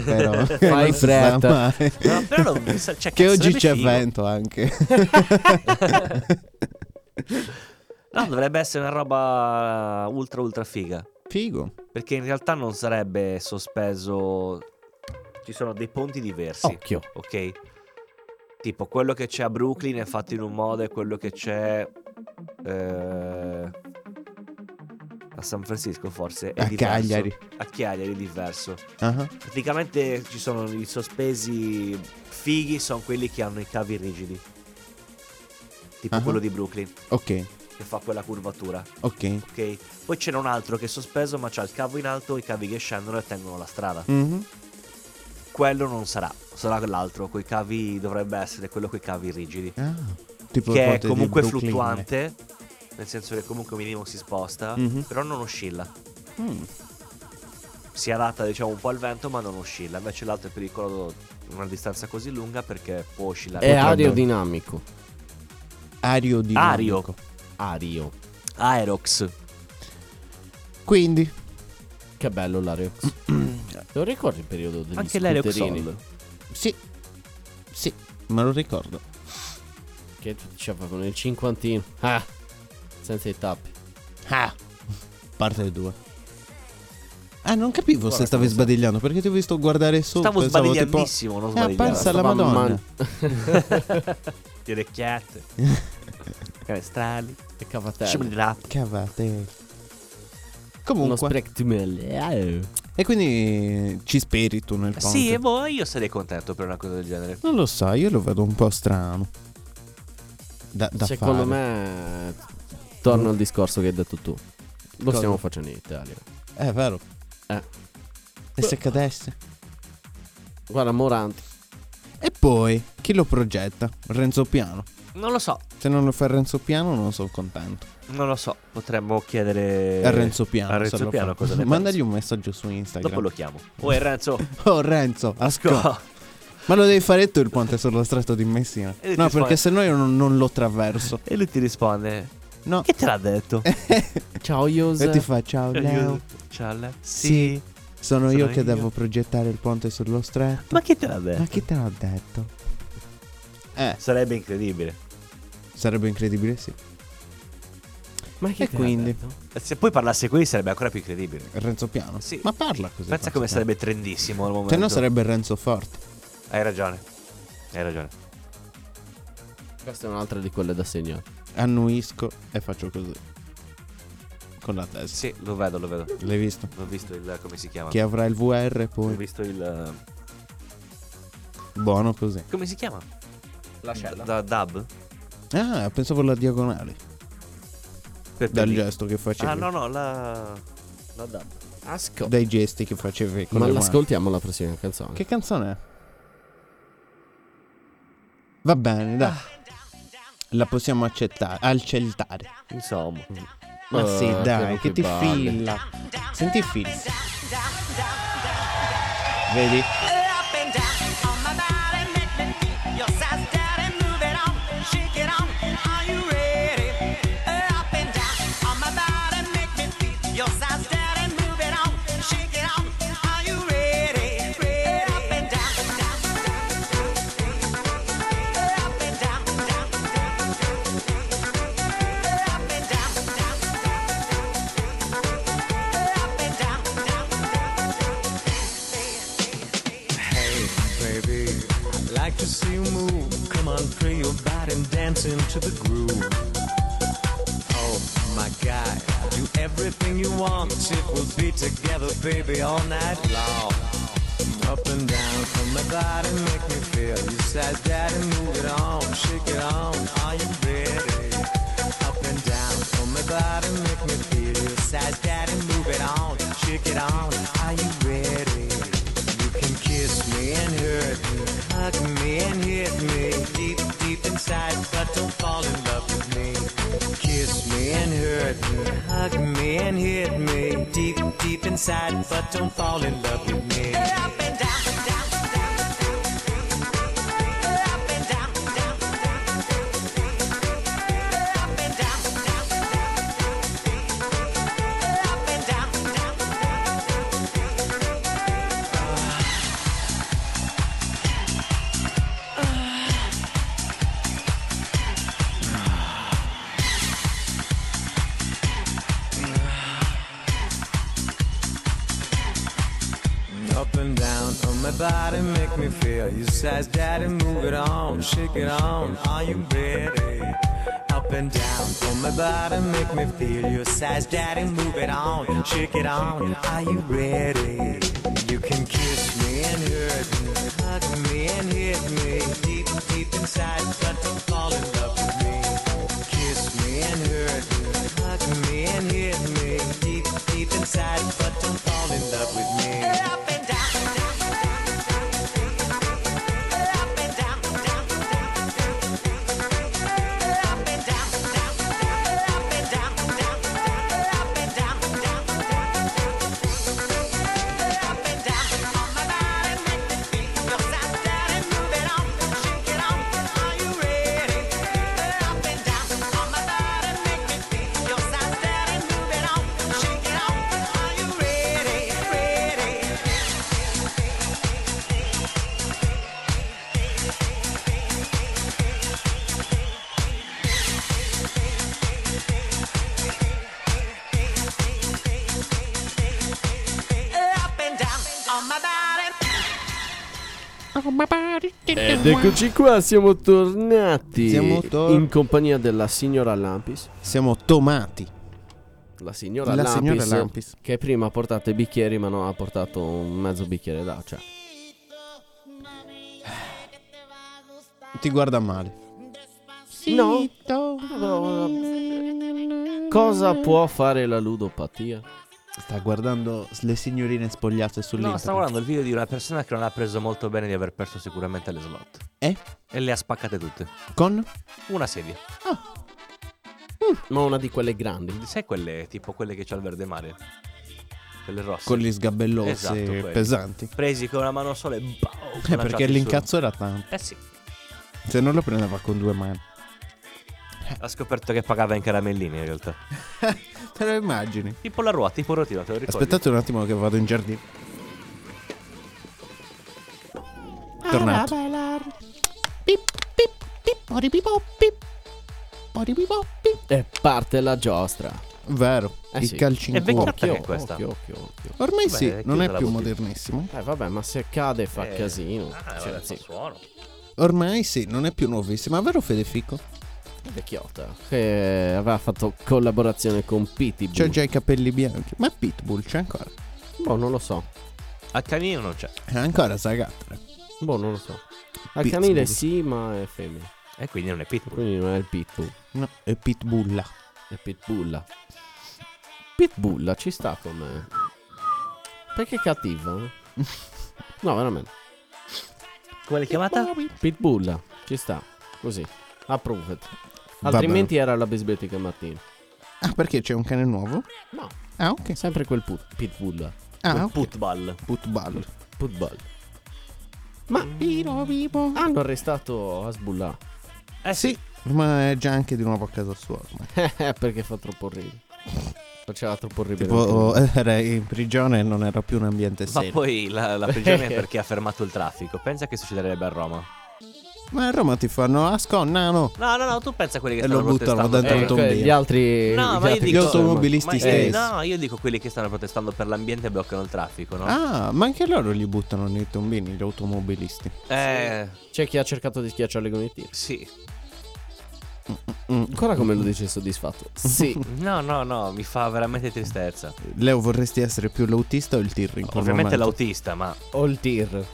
però. che
Fai
non si sa
fretta.
mai.
No, però non- cioè,
Che
cazzo, sarebbe
oggi c'è
figo.
vento anche.
No, dovrebbe essere una roba ultra ultra figa.
Figo.
Perché in realtà non sarebbe sospeso. Ci sono dei ponti diversi.
Oh.
Occhio.
ok? Tipo quello che c'è a Brooklyn è fatto in un modo e quello che c'è eh, a San Francisco forse è
A
diverso.
Cagliari.
A Cagliari è diverso.
Ah,
Praticamente ci sono i sospesi fighi, sono quelli che hanno i cavi rigidi. Tipo
Ah.
quello di Brooklyn
Ok,
che fa quella curvatura,
ok.
ok? Poi c'è un altro che è sospeso ma c'ha il cavo in alto, i cavi che scendono e tengono la strada
Mhm.
quello non sarà, sarà l'altro, coi cavi dovrebbe essere quello coi cavi rigidi,
Ah, tipo il
che è
ponte di
comunque
Brooklyn. eh.
fluttuante, nel senso che comunque minimo si sposta,
Mhm.
però non oscilla.
Mm.
Si adatta diciamo un po' al vento ma non oscilla, invece l'altro è pericoloso una distanza così lunga perché può oscillare.
È
Potrebbe-
aerodinamico.
Ario di
Ario,
Monaco.
Ario.
Aerox.
Quindi,
Che bello l'Areox. Lo ricordi il periodo degli
Anche l'Areox
scooterini?
Sol.
sì. Sì, me lo ricordo.
Che tutti ci avevano il cinquantino. Ah. Senza i tappi.
Ah. Parte dei due. Ah, non capivo se stavi sbadigliando perché ti ho visto guardare su.
Stavo
pensavo tipo-
sbadigliandissimo, non
Ah,
sbadigliavo.
pensa alla
Stava
Madonna.
man-
Di orecchiette. Canestrali.
E cavatello.
Cibrillati.
Cavate.
Uno
Comunque.
sprectimel.
E quindi ci speri tu nel ponte.
Sì, e voi io sarei contento per una cosa del genere.
Non lo so, io lo vedo un po' strano. Da, da
Secondo
fare.
me torna al discorso che hai detto tu. Lo
Cosa?
stiamo facendo in Italia.
È vero.
Eh.
E se cadesse?
Guarda Moranti.
E poi, chi lo progetta? Renzo Piano.
Non lo so,
Se non lo fa Renzo Piano non sono contento.
Non lo so, potremmo chiedere
È Renzo Piano.
Eh, A
se
Renzo
lo
Piano
fa.
cosa ne
Mandagli
pensi.
un messaggio su Instagram.
Dopo lo chiamo. Oi Renzo,
Oh Renzo, ascolta.
co-
Ma lo devi fare tu il ponte sullo stretto di Messina.
E lui
No,
Eh, ti
perché
fa-
se no io non, non lo attraverso.
e lui ti risponde:
No.
Che te l'ha detto?
Eh,
Ciao
E ti
Jose.
fa ciao Leo.
Ciao Leo.
Sì.
Sì.
Sono,
Sono
io che
io.
devo progettare il ponte sullo stretto.
Ma chi te l'ha detto?
Ma chi te l'ha detto? Eh,
Sarebbe incredibile.
sarebbe incredibile, sì.
Ma chi
E
te l'ha
quindi?
detto?
Se poi parlasse qui sarebbe ancora più incredibile.
Renzo Piano.
Sì.
Ma parla così.
Pensa come sarebbe trendissimo al momento.
Se Cioè, no sarebbe Renzo Forte.
Hai ragione. Hai ragione.
Questa è un'altra di quelle da segnare.
Annuisco e faccio così. Con la testa.
Sì, lo vedo, lo vedo.
L'hai visto?
Ho visto il come si chiama.
Chi avrà il VR
Ho
poi.
visto il
Buono così.
come si chiama?
La
Da dub?
Ah, pensavo la diagonale.
Per-
Dal
per-
gesto che facevi.
Ah, no, no, la la dub.
Ah,
Asco.
Dai gesti che facevi con
Ma
le mani.
l'ascoltiamo la prossima canzone.
Che canzone è? Va bene, dai. La possiamo accettare. Accettare.
Insomma.
Ma
Eh,
sì, dai,
però
che
che
ti
balli.
filla. Senti il fil. Vedi?
Uh, Hey, baby, I'd like to see you move. Come on, free your body and dance into the groove. Oh my God, do everything you want. It will be together, baby, all night long. Up and down, come my body, make me feel. You said that and move it on, shake it on. Are you ready? Up and down, come my body, make me feel. You said that and move it on, shake it on. Are you ready? You can kiss me and hurt me, hug me and hit me deep, deep inside, but don't fall in love with me. Kiss me and hurt me, hug me and hit me deep, deep inside, but don't fall in love with me. Up and down on my body, make me feel. You size daddy, move it on, shake it on. Are you ready? Up and down on my body, make me feel. You size daddy, move it on, shake it on. Are you ready? You can kiss me and hurt me, hug me and hit me deep, deep inside, but don't fall in love with me. Kiss me and hurt me, hug me and hit me deep, deep inside, but don't fall in love with me.
Ed
ecco
eccoci qua, siamo tornati.
Siamo tor-
in compagnia della signora Lampis.
Siamo tomati.
La signora
La
Lampis.
signora Lampis.
Che prima ha portato i bicchieri, ma non ha portato un mezzo bicchiere cioè, d'acqua.
Ti guarda male.
No. Cosa può fare la ludopatia?
Sta guardando le signorine spogliate
No,
sull'internet.
stavo guardando il video di una persona che non ha preso molto bene di aver perso sicuramente le slot.
Eh?
E le ha spaccate tutte.
Con?
Una sedia.
Ma una di quelle grandi.
Sai quelle tipo quelle che c'ha il verde mare? Quelle rosse.
Con gli sgabellossi
Esatto, quelli.
Eh, pesanti.
Presi con una mano sola e boh,
Eh, perché l'incazzo era tanto.
Eh sì.
Se non lo prendeva con due mani.
Ha scoperto che pagava in caramelline in realtà.
Te lo immagini?
Tipo la ruota, tipo rotina, te lo ricordi?
Aspettate un attimo che vado in giardino. Tornato.
Pip, pip, pip, poripipo, pip. Poripipo, pip.
E parte la giostra.
Vero,
Eh
il
sì.
calcio in
È vecchia-
cuore.
Occhio, questa.
Occhio, occhio, occhio.
Ormai
Beh,
sì,
è
non
chiusa
è
la
più
bottiglia.
modernissimo.
Eh vabbè, ma se cade fa
Eh,
casino.
Ah,
cioè,
vabbè, fa
sì,
suono.
Ormai sì, non è più nuovissimo. Ma vero Fedefico?
vecchiotta. Che aveva fatto collaborazione con Pitty.
C'ha già i capelli bianchi. Ma Pitbull c'è ancora?
Boh, non lo so.
Al canino non c'è.
È ancora Sagatra.
Boh, non lo so. Al
Pitbull.
canile sì, ma è femmina.
E quindi non è pitbull.
Quindi non è il pitbull.
No, è Pitbulla.
È pitbulla. Pitbulla ci sta come. Perché è cattiva? eh? no, veramente.
Come l'hai chiamata?
Pitbulla ci sta. Così. Approved. Altrimenti era la bisbetica Martino.
Ah, perché c'è un cane nuovo?
No,
Ah, ok.
sempre quel put- pitbull.
Ah, ok.
Putball.
Putball.
Football. Ma hanno arrestato Hasbullah
Eh sì.
Ma è già anche di nuovo a casa sua. ormai.
perché fa troppo ridere. Faceva troppo ridere.
Tipo, oh, era in prigione e non era più un ambiente
Ma
serio.
poi la, la prigione è perché ha fermato il traffico. Pensa che succederebbe a Roma.
Ma a Roma ti fanno "Ah, a sconna, no?
No, no, no, tu pensa a quelli che
E lo
stanno
buttano
protestando.
Eh,
dentro un
per-
tombino.
que- gli altri
No,
gli
ma io
altri- eh,
dico-
Gli automobilisti
Ma io-
stessi.
No, io dico quelli che stanno protestando per l'ambiente e bloccano il traffico, no?
Ah, ma anche loro li buttano nei tombini gli automobilisti.
Eh,
C'è chi ha cercato di schiacciarli con i tiri.
sì.
Mm.
Ancora come lo dice soddisfatto. Sì.
No, no, no, mi fa veramente tristezza.
Leo, vorresti essere più l'autista o il tir in quel
Ovviamente
momento?
l'autista, ma
Ho il tir.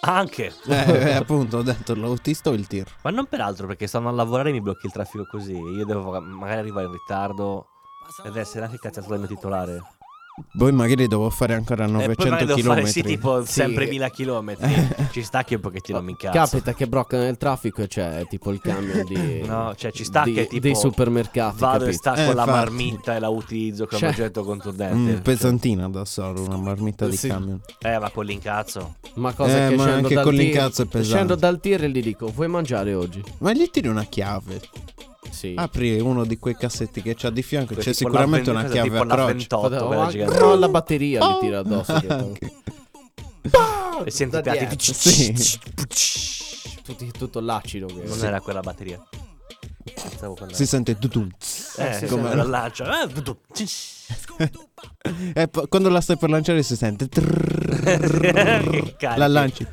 anche.
Eh, eh, appunto, ho detto l'autista o il tir.
Ma non peraltro perché stanno a lavorare e mi blocchi il traffico così. Io devo magari arrivare in ritardo ed essere anche cazzato dal mio titolare.
Poi magari devo fare ancora
e Eh, poi
900
magari devo
km.
fare sì tipo
Sì.
sempre 1000 km. Ci sta che un
Oh,
pochettino mi incazzo.
Capita che bloccano il traffico e c'è tipo il camion di
No, cioè ci sta
di-
che tipo
dei supermercati,
Vado e
capito?
stacco
Eh,
la
infatti.
marmitta e la utilizzo come
Cioè-
oggetto contundente.
Mm, pesantina da solo, una marmitta di
Sì.
camion.
Eh, ma con l'incazzo.
Ma cosa
Eh,
che
ma
scendo
anche
dal
con
tir-
l'incazzo è pesante.
Scendo dal tir e gli dico "Vuoi mangiare oggi?"
Ma gli tiri una chiave.
Sì.
Apri uno di quei cassetti che c'ha di fianco. C'è
Tipo l'avven-
sicuramente una
cosa
chiave
tipo
a
la
croce.
28,
Vado-
quella
oh,
gigante.
no, la batteria gli
Oh.
tira addosso. che-
E senti i
da
piatti.
dietro.
Sì.
Tutti- tutto l'acido che
Non era quella batteria. Pensavo quella.
Si sente tutum.
eh,
sì,
come
sì.
la lancia. Eh, tu- tu-
E poi quando la stai per lanciare si sente.
Che cacchio.
la lanci.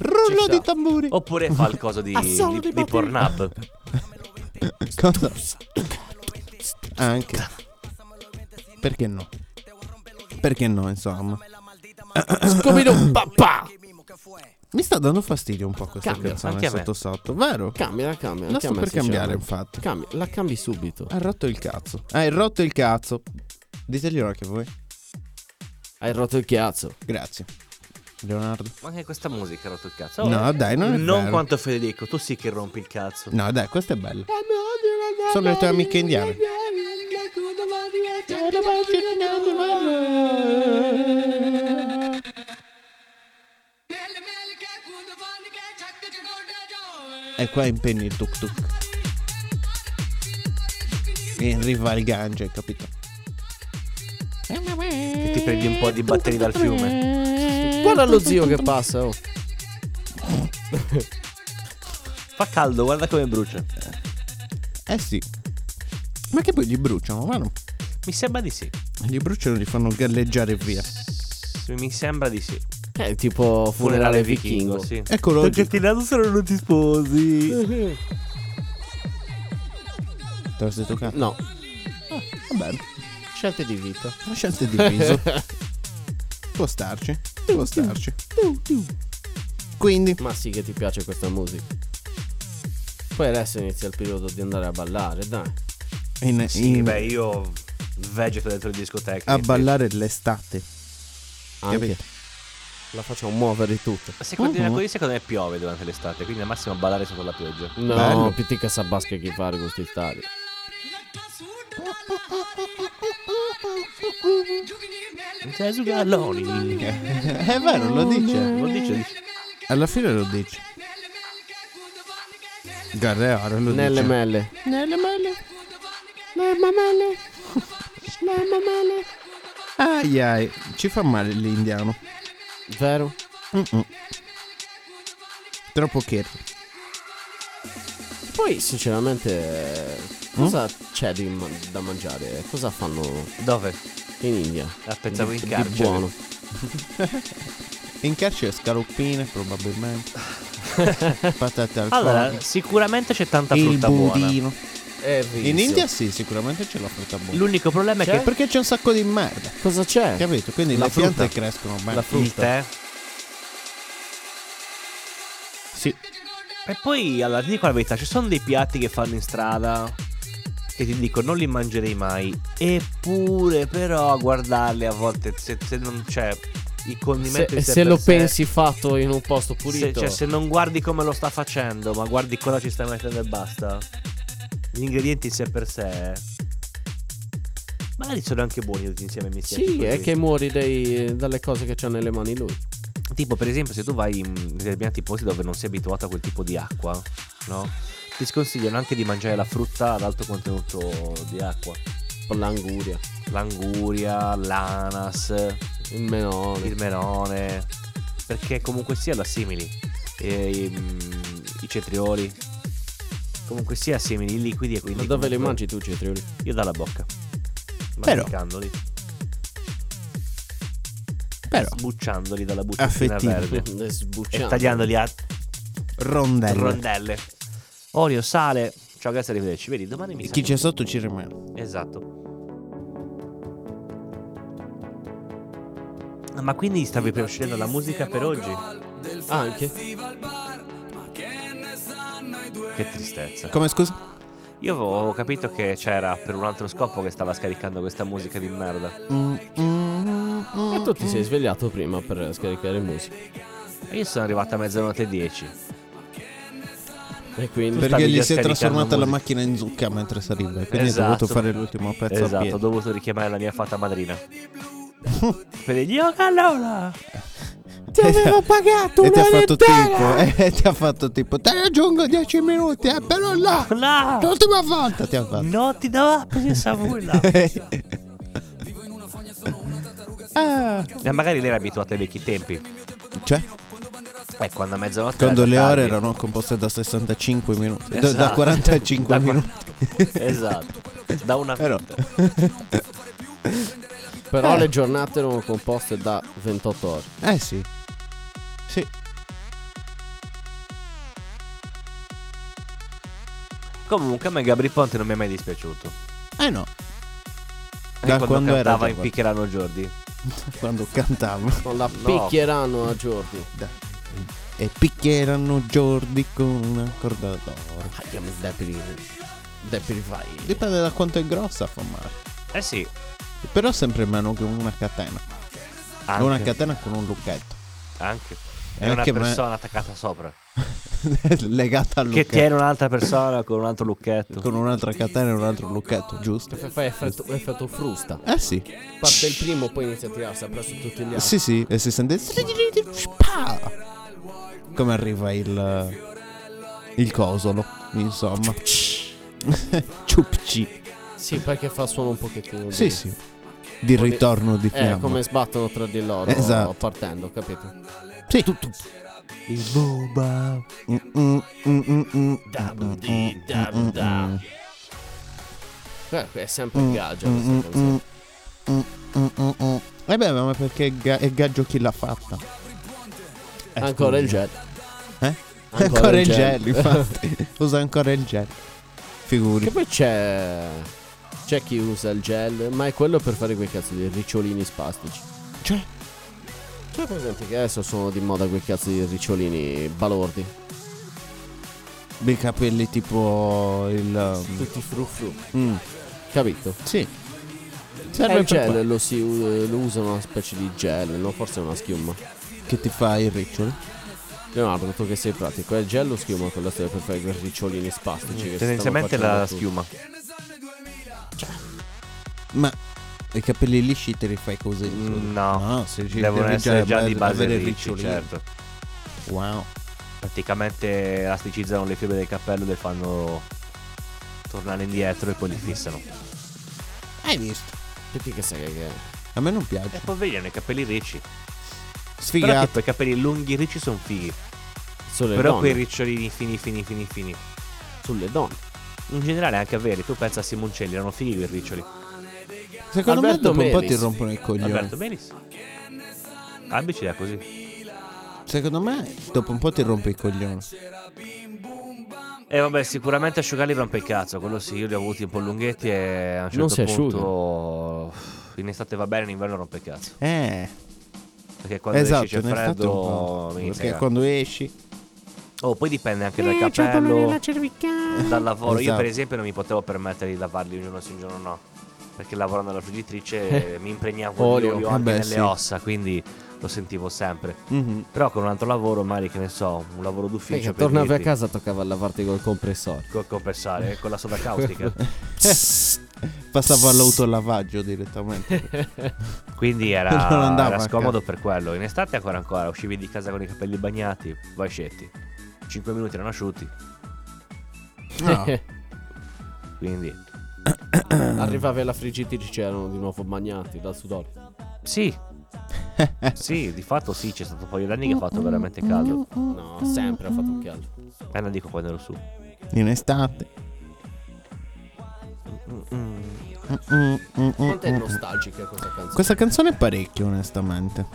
Rullo
sta.
di tamburi.
Oppure fa il coso di, di, di Pornhub.
Cosa? Anche. Perché no? Perché no, insomma.
Scooby-Doo, papà!
Mi sta dando fastidio un po' questa
Cambia,
anche
canzone
a me.
sotto sotto, vero?
Cambia, cambia.
La sto
cambia,
per cambiare,
sinceramente.
infatti.
Cambia, la cambi subito.
Hai rotto il cazzo. Ah, Hai rotto il cazzo. Diteglielo anche voi.
Hai rotto il chiazzo.
Grazie. Leonardo.
Ma anche questa musica ha rotto il cazzo. Eh,
No, dai, non è
Non
vero.
quanto Federico, tu sì che rompi il cazzo.
No, dai, questa è bella. Sono le tue amiche indiane. E qua impenni il tuk tuk. In riva al Gange, hai capito?
Che ti prendi un po' di batteria dal fiume.
Guarda lo zio che passa. oh.
Fa caldo, guarda come brucia.
Eh sì. Ma che poi gli bruciano, ma no.
Mi sembra di sì.
Gli bruciano e li fanno galleggiare via.
Mi sembra di sì.
È tipo funerale vichingo.
sì.
Eccolo.
Perché ti nato se non ti sposi.
Te lo sei toccato?
No,
Va bene.
scelte di vita.
Lasciate diviso. Può starci. Può starci. Quindi,
Ma sì che ti piace questa musica. Poi adesso inizia il periodo di andare a ballare, dai.
in-
Sì,
in-
beh, io vegeto dentro le discoteche.
Mm. a ballare l'estate.
Anche.
Capito.
La facciamo muovere tutta.
Se
Uh-huh.
continua così, secondo me piove durante l'estate, quindi al massimo ballare sotto la pioggia.
No,
Bello.
pitica sa basca che fare con questi stadi.
Gesù Cioè, Galloni.
È vero, lo dice.
Lo dice, dice.
Alla fine lo dice. Guarda, ora lo
Nelle
dice.
melle.
Nelle mele. Nelle mele. Nelle mele. Ai ai, ci fa male l'indiano.
Vero?
Mm-mm. Troppo curry.
Poi, sinceramente, cosa c'è di ma- da mangiare? Cosa fanno
Dove?
in India?
Ah, pensavo
Di-
in
Di
carcere.
buono.
In carcere scaloppine probabilmente. Patate al
Allora,
forno.
sicuramente c'è tanta
Il
frutta buona.
budino. In India sì, sicuramente c'è la frutta buona.
L'unico problema
C'è?
è che
Perché c'è un sacco di merda.
Cosa c'è?
Capito? Quindi
La
le piante
frutta.
crescono bene.
La
il
frutta.
tè.
Sì.
E poi, allora, ti dico la verità, ci sono dei piatti che fanno in strada che ti dico non li mangerei mai. Eppure, però, a guardarli a volte, se, se non c'è il
Se,
condimento di sé
se
per
lo
sé,
pensi fatto in un posto
se,
pulito,
cioè, se non guardi come lo sta facendo, ma guardi cosa ci sta mettendo e basta, gli ingredienti in sé per sé, eh, magari sono anche buoni tutti insieme mischiati.
sì, è
così.
che muori dai- dalle cose che c'ha nelle mani lui.
Tipo, per esempio, se tu vai in determinati posti dove non sei abituato a quel tipo di acqua, no? Ti sconsigliano anche di mangiare la frutta ad alto contenuto di acqua.
Con l'anguria,
L'anguria, l'anas,
il menone.
il melone, perché comunque sia la simili. E, mm, I cetrioli. Comunque sia simili, i liquidi e
Ma
quindi...
dove li
comunque-
mangi tu, cetrioli?
Io dalla bocca.
Però-
Masticandoli,
Però
sbucciandoli dalla bucciatina
Affettivo.
verde.
Eh, Sbucciando.
E tagliandoli a
rondelle.
rondelle. Olio, sale. Ciao, grazie, arrivederci. Vedi, domani mi
E
sa
chi
che-
c'è sotto ci rimane.
Esatto. Ah, Ma quindi stavi per uscire dalla musica per oggi?
Ah, Anche.
Che tristezza.
Come scusa?
Io avevo capito che c'era per un altro scopo che stava scaricando questa musica di merda.
Mm, mm, mm.
Ma tu ti sei svegliato prima per scaricare musica.
E io sono arrivato a mezzanotte e dieci.
E quindi.
stavi
Perché
già
gli si è
scaricando
trasformata la
musica.
macchina in zucca mentre saliva. e Quindi
Esatto.
hai dovuto fare l'ultimo pezzo a
Esatto, ho
piedi.
dovuto richiamare la mia fata madrina. per dirgli, oh allora!
Ti avevo pagato!
E ti ha fatto tipo, e ti ha fatto tipo, ti raggiungo 10 minuti, eh, però là,
Là!
l'ultima volta ti ha fatto.
Non ti dava più nulla.
Ah.
E Eh, magari lei era abituata ai vecchi tempi.
Cioè,
Eh, quando a mezzanotte...
quando
era
le
tardi.
ore erano composte da 65 minuti, da- da
Esatto.
45
Da qua-
minuti,
Esatto. Da una
però
Però le giornate erano composte da 28 ore.
Eh sì. Sì.
Comunque a me Gabri Ponte non mi è mai dispiaciuto.
Eh no.
E
Da
quando,
quando era
cantava
giovane.
in Piccherano Jordi.
Quando cantavo.
Non la
No.
picchieranno a Jordi.
E picchierano Jordi con una corda d'oro.
Andiamo Depri. Depri vai.
Dipende da quanto è grossa fa male.
Eh sì.
Però sempre meno che una catena.
Anche.
Una catena con un lucchetto.
anche.
E
È una
anche me-
persona attaccata sopra.
Legata al
Che
lucchetto.
tiene un'altra persona con un altro lucchetto.
Con un'altra catena e un altro lucchetto, giusto?
Fai effetto, effetto frusta.
Eh sì.
Parte il primo, poi inizia a tirarsi appresso tutti gli altri.
Sì, sì. E si sente. Spa! Come arriva il. Il cosolo, insomma. Ciupci.
Sì, perché fa suono un pochettino.
Sì,
di-
sì. Di ritorno di
Eh,
fiamma.
come sbattono tra di loro
Esatto.
partendo, capito?
Sì, Mm, tutto.
Il boba.
mm,
Eh, è sempre
Mm,
il gaggio. questa canzone.
E mm, Eh beh, ma perché è, ga- è Gaggio chi l'ha fatta? Eh,
Ancora il gel.
Eh? Ancora, il gel, infatti. Usa ancora il gel.
Che
Figuri.
poi c'è. C'è chi usa il gel, ma è quello per fare quei cazzo di ricciolini spastici.
Cioè,
C'è presente che adesso sono di moda quei cazzo di ricciolini balordi.
dei capelli tipo il... um,
Tutti fru fru.
mm,
Capito?
sì.
E
Serve
il
per quello.
gel lo, si, u- lo usano una specie di gel, no? Forse è una schiuma.
Che ti fa il ricciolo.
Leonardo, tu che sei pratico, è gel o schiuma quella storia per fare quei ricciolini spastici? che
Tendenzialmente
stanno facendo
la
tutti?
schiuma.
Ma i capelli lisci te li fai così?
Mm, No.
No, se ci
Devono
devi
essere già
avere-
di base
cioè, avere il
ricci,
ricciolino.
certo.
Wow.
Praticamente elasticizzano le fibre del cappello, le fanno tornare indietro e poi li fissano.
Hai visto?
Senti che sai che.
A me non
E
piace.
poi vedono i capelli ricci. Però
Sfigato.
tipo, i capelli lunghi ricci sono fighi.
Solo le
Però
donne.
quei ricciolini fini fini fini fini.
sulle donne.
In generale anche a veri, tu pensa a Simoncelli, erano fighi i riccioli.
Secondo
Alberto
me dopo un po'
Melis.
ti rompono i coglioni.
Alberto Benis. Abicida così.
Secondo me dopo un po' ti rompe i coglioni.
E Eh, vabbè, sicuramente asciugarli rompe il cazzo, quello sì, io li ho avuti un po' lunghetti e a un certo
Non si
punto in estate va bene, in inverno rompe il cazzo.
Eh,
Perché quando
esatto,
esci c'è
ne è stato un po'.
freddo, mi
Perché
inizia a-
quando esci...
Oh, poi dipende anche dal cappello, dal lavoro. Io
Esatto.
per esempio non mi potevo permettere di lavarli un giorno sì, un giorno no. Perché lavorando alla friggitrice eh, mi impregnavo
Olio.
di olio
Eh
anche
beh,
nelle
sì.
ossa, quindi lo sentivo sempre.
Mhm.
Però con un altro lavoro, magari che ne so, un lavoro
Figa,
d'ufficio. cioè, per
tornavi
dirti,
a casa toccava lavarti col compressore.
Col compressore, con la soda caustica.
Passavo all'autolavaggio direttamente.
Quindi era,
Non andava
era
a
scomodo per quello. In estate ancora ancora, uscivi di casa con i capelli bagnati, vai scetti. 5 minuti erano asciutti,
No.
quindi...
Arrivavi alla friggitrice erano di nuovo bagnati dal sudore.
Sì. sì, di fatto sì, c'è stato un paio d'anni che ha fatto veramente caldo.
No, sempre ha fatto un caldo.
Eh, non dico quando ero su.
In estate. Mm, mm, mm,
Quanto è
mm.
nostalgica questa canzone.
Questa canzone è parecchio, onestamente.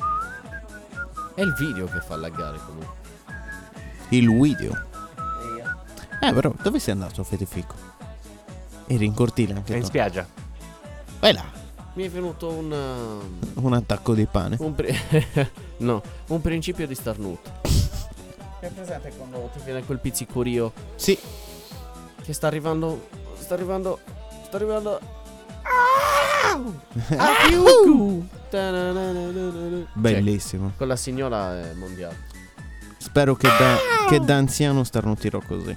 È il video che fa laggare comunque.
Il video. Eh, però, dove sei andato, Fetifico? Eri in cortile
È
anche
in
tu.
spiaggia.
Vai là,
Mi è venuto un. um,
un attacco di pane.
un pri- no, un principio di starnuto. È presente quando ti viene quel pizzicorio
Sì,
che sta arrivando. Sta arrivando. Sta arrivando. Ah! Ah! Ta-na-na-na-na-na.
bellissimo.
Cioè, Quella signora è mondiale.
Spero che da, che da anziano starnutirò così.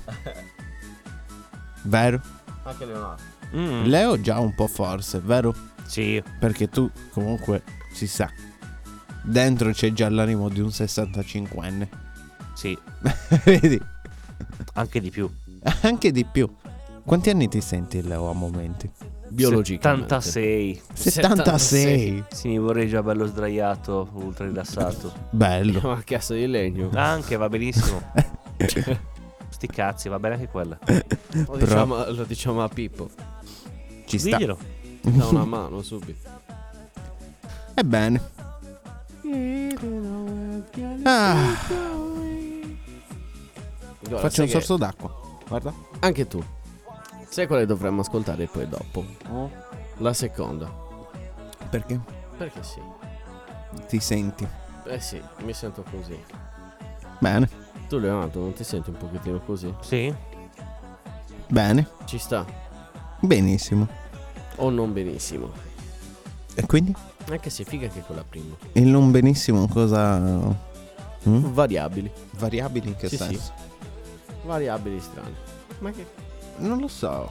Vero?
Anche Leonardo.
Mm.
Leo già un po' forse, vero?
sì,
Perché tu comunque si sa. Dentro c'è già l'animo di un 65enne.
sì,
Vedi?
anche di più.
Anche di più. Quanti anni ti senti Leo a momenti?
Biologicamente.
76.
76.
Sì, mi vorrei già bello sdraiato, ultra rilassato.
Bello.
Ma cassa di legno.
Ah, Anche va benissimo. Sti cazzi, va bene anche quella.
Lo diciamo, lo diciamo a Pippo.
Ci sta.
Diglielo.
Da una mano subito.
Ebbene. Ah,
Guarda,
faccio
sai
un
che
sorso d'acqua. Guarda.
Anche tu. Sai quale dovremmo ascoltare poi dopo? La seconda.
Perché
Perché sì.
ti senti?
Eh sì, mi sento così.
Bene.
Tu Leonardo non ti senti un pochettino così?
Sì.
Bene.
Ci sta.
Benissimo.
O non benissimo.
E quindi?
Anche se figa che quella prima.
Il non benissimo cosa... Mm?
Variabili.
Variabili in che
Sì,
senso?
Variabili strane. Ma che...
Non lo so.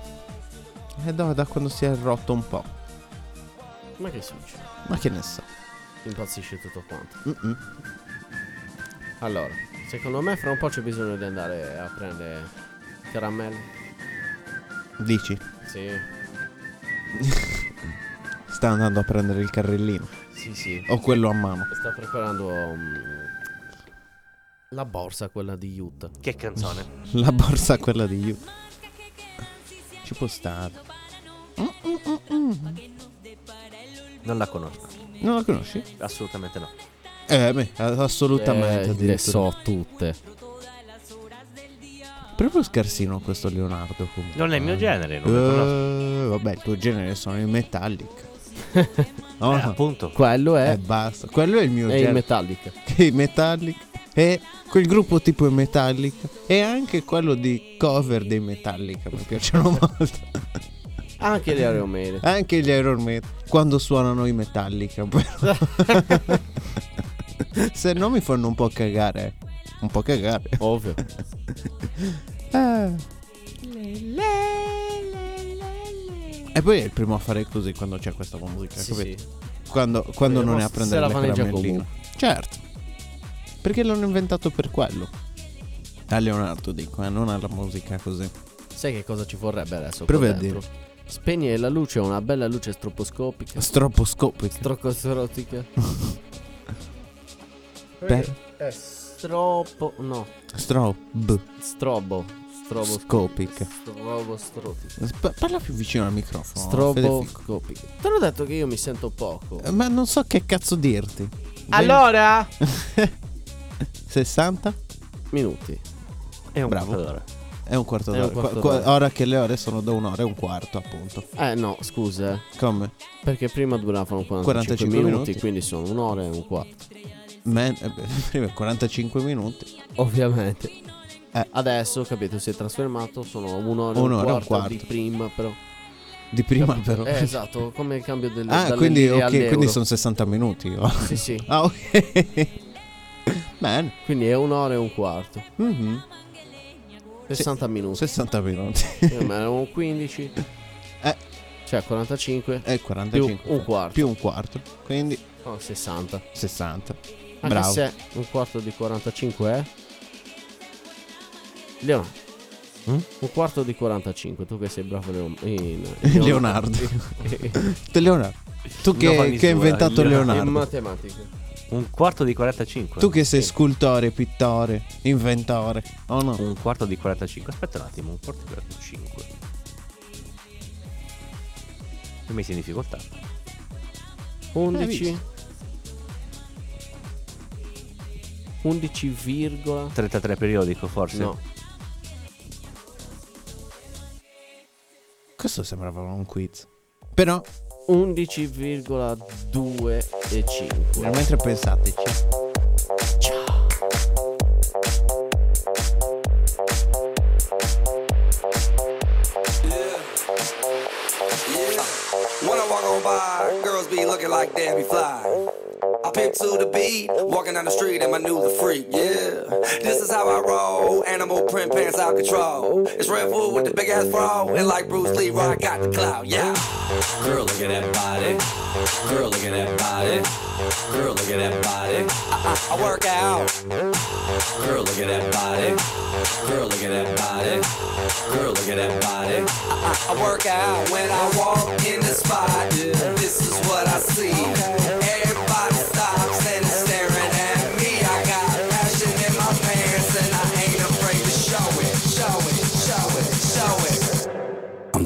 È da, da quando si è rotto un po'.
Ma che succede?
Ma che ne so.
Impazzisce tutto quanto.
Mm-mm.
Allora, secondo me fra un po' c'è bisogno di andare a prendere caramelle.
Dici?
Sì,
Sta andando a prendere il carrellino.
sì, sì.
O quello a mano.
Sta preparando mm, la borsa, quella di Utah.
Che canzone.
La borsa quella di You. Ci può stare.
Non la conosco.
Non la conosci?
Assolutamente no.
Eh, beh, assolutamente.
Eh, le
addirittura.
so tutte.
Proprio scarsino questo Leonardo. Comunque.
Non è il mio genere, non la conosco.
Eh, vabbè, il tuo genere sono i Metallic.
Eh,
No, no.
appunto.
Quello
Eh,
è,
basta. Quello è il mio
è
genere.
il Metallica.
che i Metallic e quel gruppo tipo i Metallic e anche quello di cover dei Metallica mi piacciono molto
Anche le Aeromere.
anche gli Iron Maiden quando suonano i Metallica però. se no mi fanno un po' cagare un po' cagare
Ovvio.
Eh. e poi è il primo a fare così quando c'è questa musica
Sì,
Cioè, capito?
sì.
quando, quando
Eh,
non
ma
è a
se
prendere
la
le
vaneggia
caramelline certo perché l'hanno inventato per quello a Leonardo dico eh, non alla musica così
Sai che cosa ci vorrebbe adesso?
Provi
qua
a
dentro? Spegnere la luce, una bella luce stroposcopica.
stroposcopica
Strocosorotica.
Per- Eh.
Stroppo. No.
strob
Strobo. Strobo...
Scopic.
Strobo stropic.
Pa- parla più vicino al microfono.
Strobo
Federico.
scopic. Te l'ho detto che io mi sento poco.
Eh, Ma non so che cazzo dirti.
Allora...
Vedi? 60?
Minuti.
È un
Bravo.
bravo.
È un quarto
È un
d'ora.
quarto
Qua- qua-
d'ora.
Ora che le ore sono da un'ora e un quarto, appunto.
Eh no, scusa.
Come?
Perché prima duravano 45,
45
minuti,
minuti.
quindi sono un'ora e un quarto.
Man- eh, beh, prima 45 minuti.
Ovviamente.
Eh.
Adesso, capito, si è trasformato, sono un'ora,
Un'ora e
e
un
un quarto di
quarto.
prima, però.
Di prima, però.
Eh, esatto, come il cambio del
Ah,
dalle
quindi,
lire
ok,
all'euro.
quindi sono 60 minuti. oh.
Sì, sì.
Ah, ok. Man.
Quindi è un'ora e un quarto.
Mhm.
60 minuti.
60 minuti.
Eh, ma erano 15.
Eh.
Cioè 45.
E 45.
Più un quarto.
Eh,
Oh,
Più un quarto. Quindi
No, 60.
60.
Anche
Bravo.
se un quarto di 45 è... Leonardo.
Mm?
Un quarto di 45, tu che sei bravo Leon- in,
Leonardo. Te, Leonardo. Tu che,
Nuova
che
misura,
hai inventato
il-
in
Leonardo.
matematica.
Un quarto di 45.
Tu che sei scultore, pittore, inventore. Oh no.
Un quarto di 45. Aspetta un attimo, un quarto di 45. Mi metti in difficoltà.
11
visto?
11, virgola
33 periodico forse.
no,
Questo sembrava un quiz. Però,
11,2 e 5.
eh, mentre pensateci.
When I walk on by, girls be looking like Debbie Fly. I pimp to the beat, walking down the street and my new the freak, yeah. This is how I roll, animal print pants out control. It's Red Bull with the big ass bra, and like Bruce Lee, I got the clout, yeah. Girl, look at that body. Girl, look at that body. Girl, look at that body. I, I, I work out. Girl, look at that body. Girl, look at that body. Girl, look at that body. I, I, I work out when I walk in the spot. yeah, This is what I see. Everybody stops and is staring at me. I got passion in my pants and I ain't afraid to show it, show it, show it, show it. I'm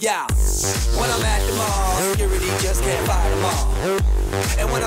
Yeah, when I'm at the mall, security just can't fight them all. And when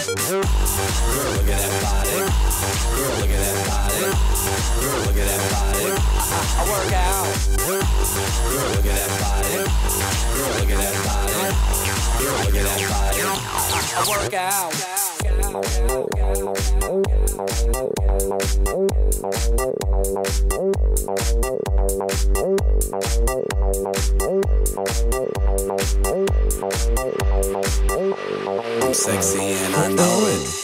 Girl, look at that body. Girl, look at that body. Girl, look at that body. I, I work out. Girl, look at that body. Girl, look at that body. Girl, look at that body. I, I work out. I'm sexy and I know it.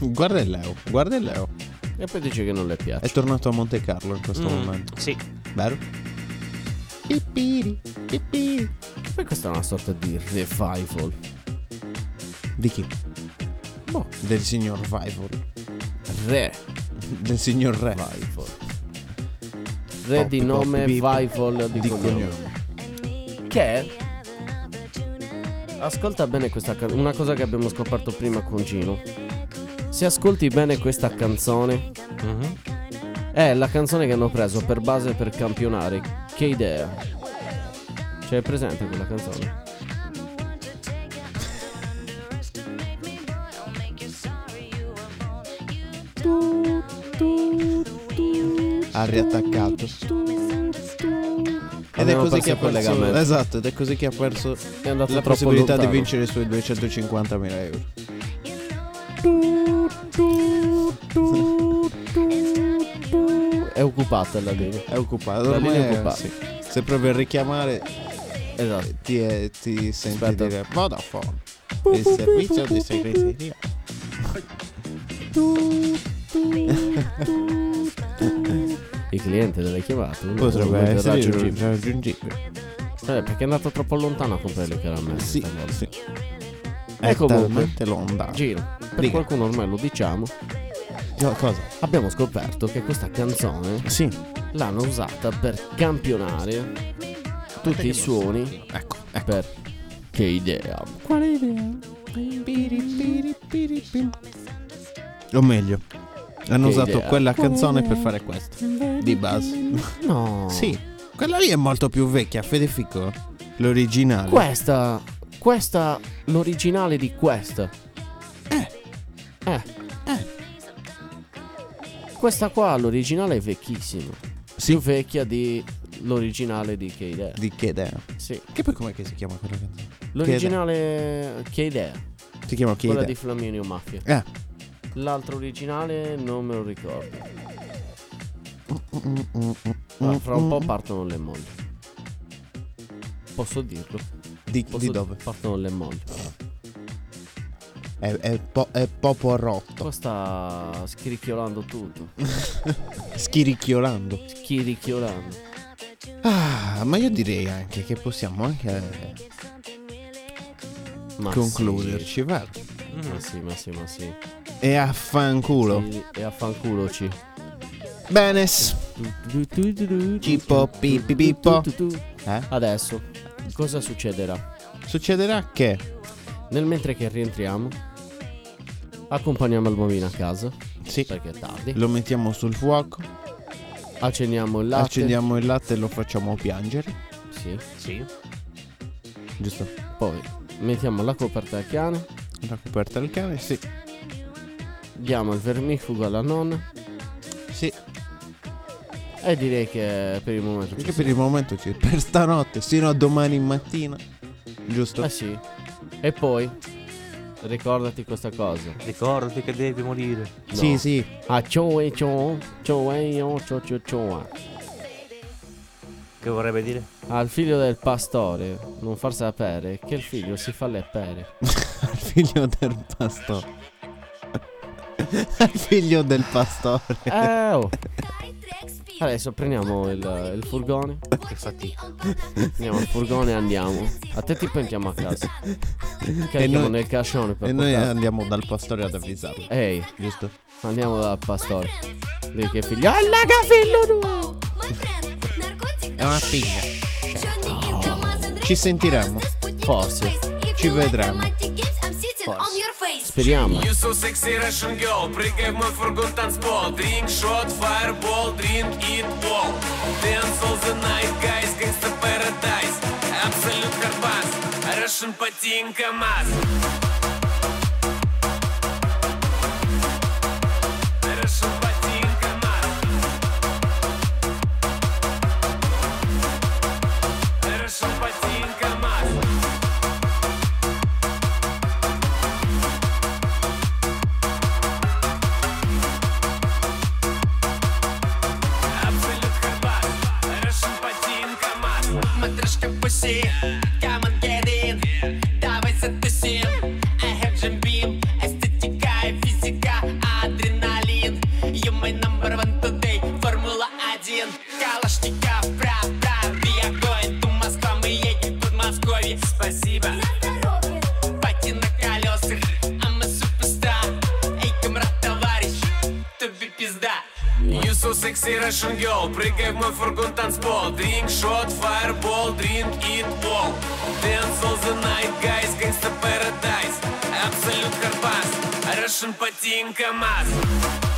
Guarda il Leo, guarda il Leo.
E poi dice che non le piace.
È tornato a Monte Carlo in questo momento.
Sì.
Vero? Pipiri, pipiri.
Poi questa è una sorta di revival.
Di chi?
Boh,
Del signor Vivor.
revival.
Del signor Re.
Re
Pop,
di
pop,
nome,
beep.
Vival di,
Di
cognome.
cognome.
Che è? Ascolta bene questa can- una cosa che abbiamo scoperto prima con Gino. Se ascolti bene questa canzone,
Mm-hmm.
è la canzone che hanno preso per base per campionare. Che idea? C'è presente quella canzone?
Ha riattaccato. Ed è
Abbiamo
così
perso
che ha
il
perso.
collegamento.
Esatto, ed è così che ha perso
È andata
la
troppo
possibilità di
lontano.
vincere i suoi 250.000 euro.
È occupata la linea.
È occupato.
La
Ormai
linea è
è
occupata.
sì. Se provi a richiamare,
Esatto.
ti, è- ti senti
Aspetta.
dire Vodafone. Il servizio di segreteria.
Il cliente delle chiamate non
Potrebbe
verrà
essere
raggiungibile.
raggiungibile.
Eh, perché è andato troppo lontano a comprare le caramelle.
Sì,
stavolta.
sì.
E
È
Eh, comunque-
talmente lontano.
Gino, per
Dica.
qualcuno ormai lo diciamo,
No, cosa?
abbiamo scoperto che questa canzone
Sì.
l'hanno usata per campionare tutti i suoni.
Ecco.
Per che idea?
O meglio, hanno
Che
usato
idea.
quella canzone per fare questo. Di base.
No.
Sì. Quella lì è molto più vecchia, Fedefico. L'originale.
Questa, questa, l'originale di questa. Eh. Eh. Questa qua, l'originale è vecchissima.
Sì.
Più vecchia di l'originale di Che idea.
Di che idea?
Sì.
Che poi com'è che si chiama quella canzone?
L'originale Che idea.
Che idea? Si chiama che
Quella
idea?
di Flaminio Mafia.
Eh.
L'altro originale non me lo ricordo. Ma fra un po' partono le mogli. Posso dirlo?
Di,
Posso
di
di-
dove?
Partono le mogli.
È, è, po- è popo rotto.
Qua sta scricchiolando tutto.
Schiricchiolando.
Schirichiolando.
Ah, ma io direi anche che possiamo anche
Ma sì,
concluderci, vero?
Ma sì, ma sì, ma sì.
E affanculo.
Sì, E affanculoci.
Benes. Tipo pipi pippo. Eh?
Adesso, cosa succederà?
Succederà che
Nel mentre che rientriamo, accompagniamo il bambino a casa.
Sì.
Perché è tardi.
lo mettiamo sul fuoco,
Accendiamo il latte.
accendiamo il latte e lo facciamo piangere,
Sì.
Sì.
giusto?
Poi mettiamo la coperta al cane.
La coperta al cane, sì.
Diamo il vermifugo alla nonna.
Sì,
E direi che per il momento ci
perché
siamo.
per il momento c'è per stanotte, sino a domani mattina, giusto?
Eh sì. E poi ricordati questa cosa.
Ricordati che devi morire.
No.
Sì, sì.
Ah, cioè, ciao e ciao, ciao e io, ciao ciao ciao.
Che vorrebbe dire?
cioè. Al figlio del pastore, non far sapere che il figlio si fa le pere.
Al figlio del pastore. Al figlio del pastore.
Eh, oh. Adesso prendiamo il, il furgone.
Infatti.
Prendiamo il furgone e andiamo. A te ti prendiamo a casa. Carichiamo
noi-
nel cascione per
E noi
portare-
andiamo dal pastore ad avvisarlo,
Ehi,
giusto?
andiamo dal pastore. Lui che figlio. Alla che figlio tu!
È una figlia.
Eh,
Ci sentiremo.
Forse.
Ci vedremo.
Speriamo.
You so sexy Russian girl Прыгай в мой фургон танцпол Drink shot, fireball, drink it all Dance all the night, guys Gangsta paradise Absolute hardbass Russian patting КамАЗ Russian patting КамАЗ Russian patting КамАЗ Абсолют хабар, Russian patting КамАЗ
Матрешка пусі, come and get in Давай затусим I have jam beam, естетика и физика
секси Russian girl Прыгай в мой фургон, танцпол Drink, shot, fireball, drink, eat ball Dance all the night, guys Gangsta paradise Абсолют Карпас Russian патинка, мас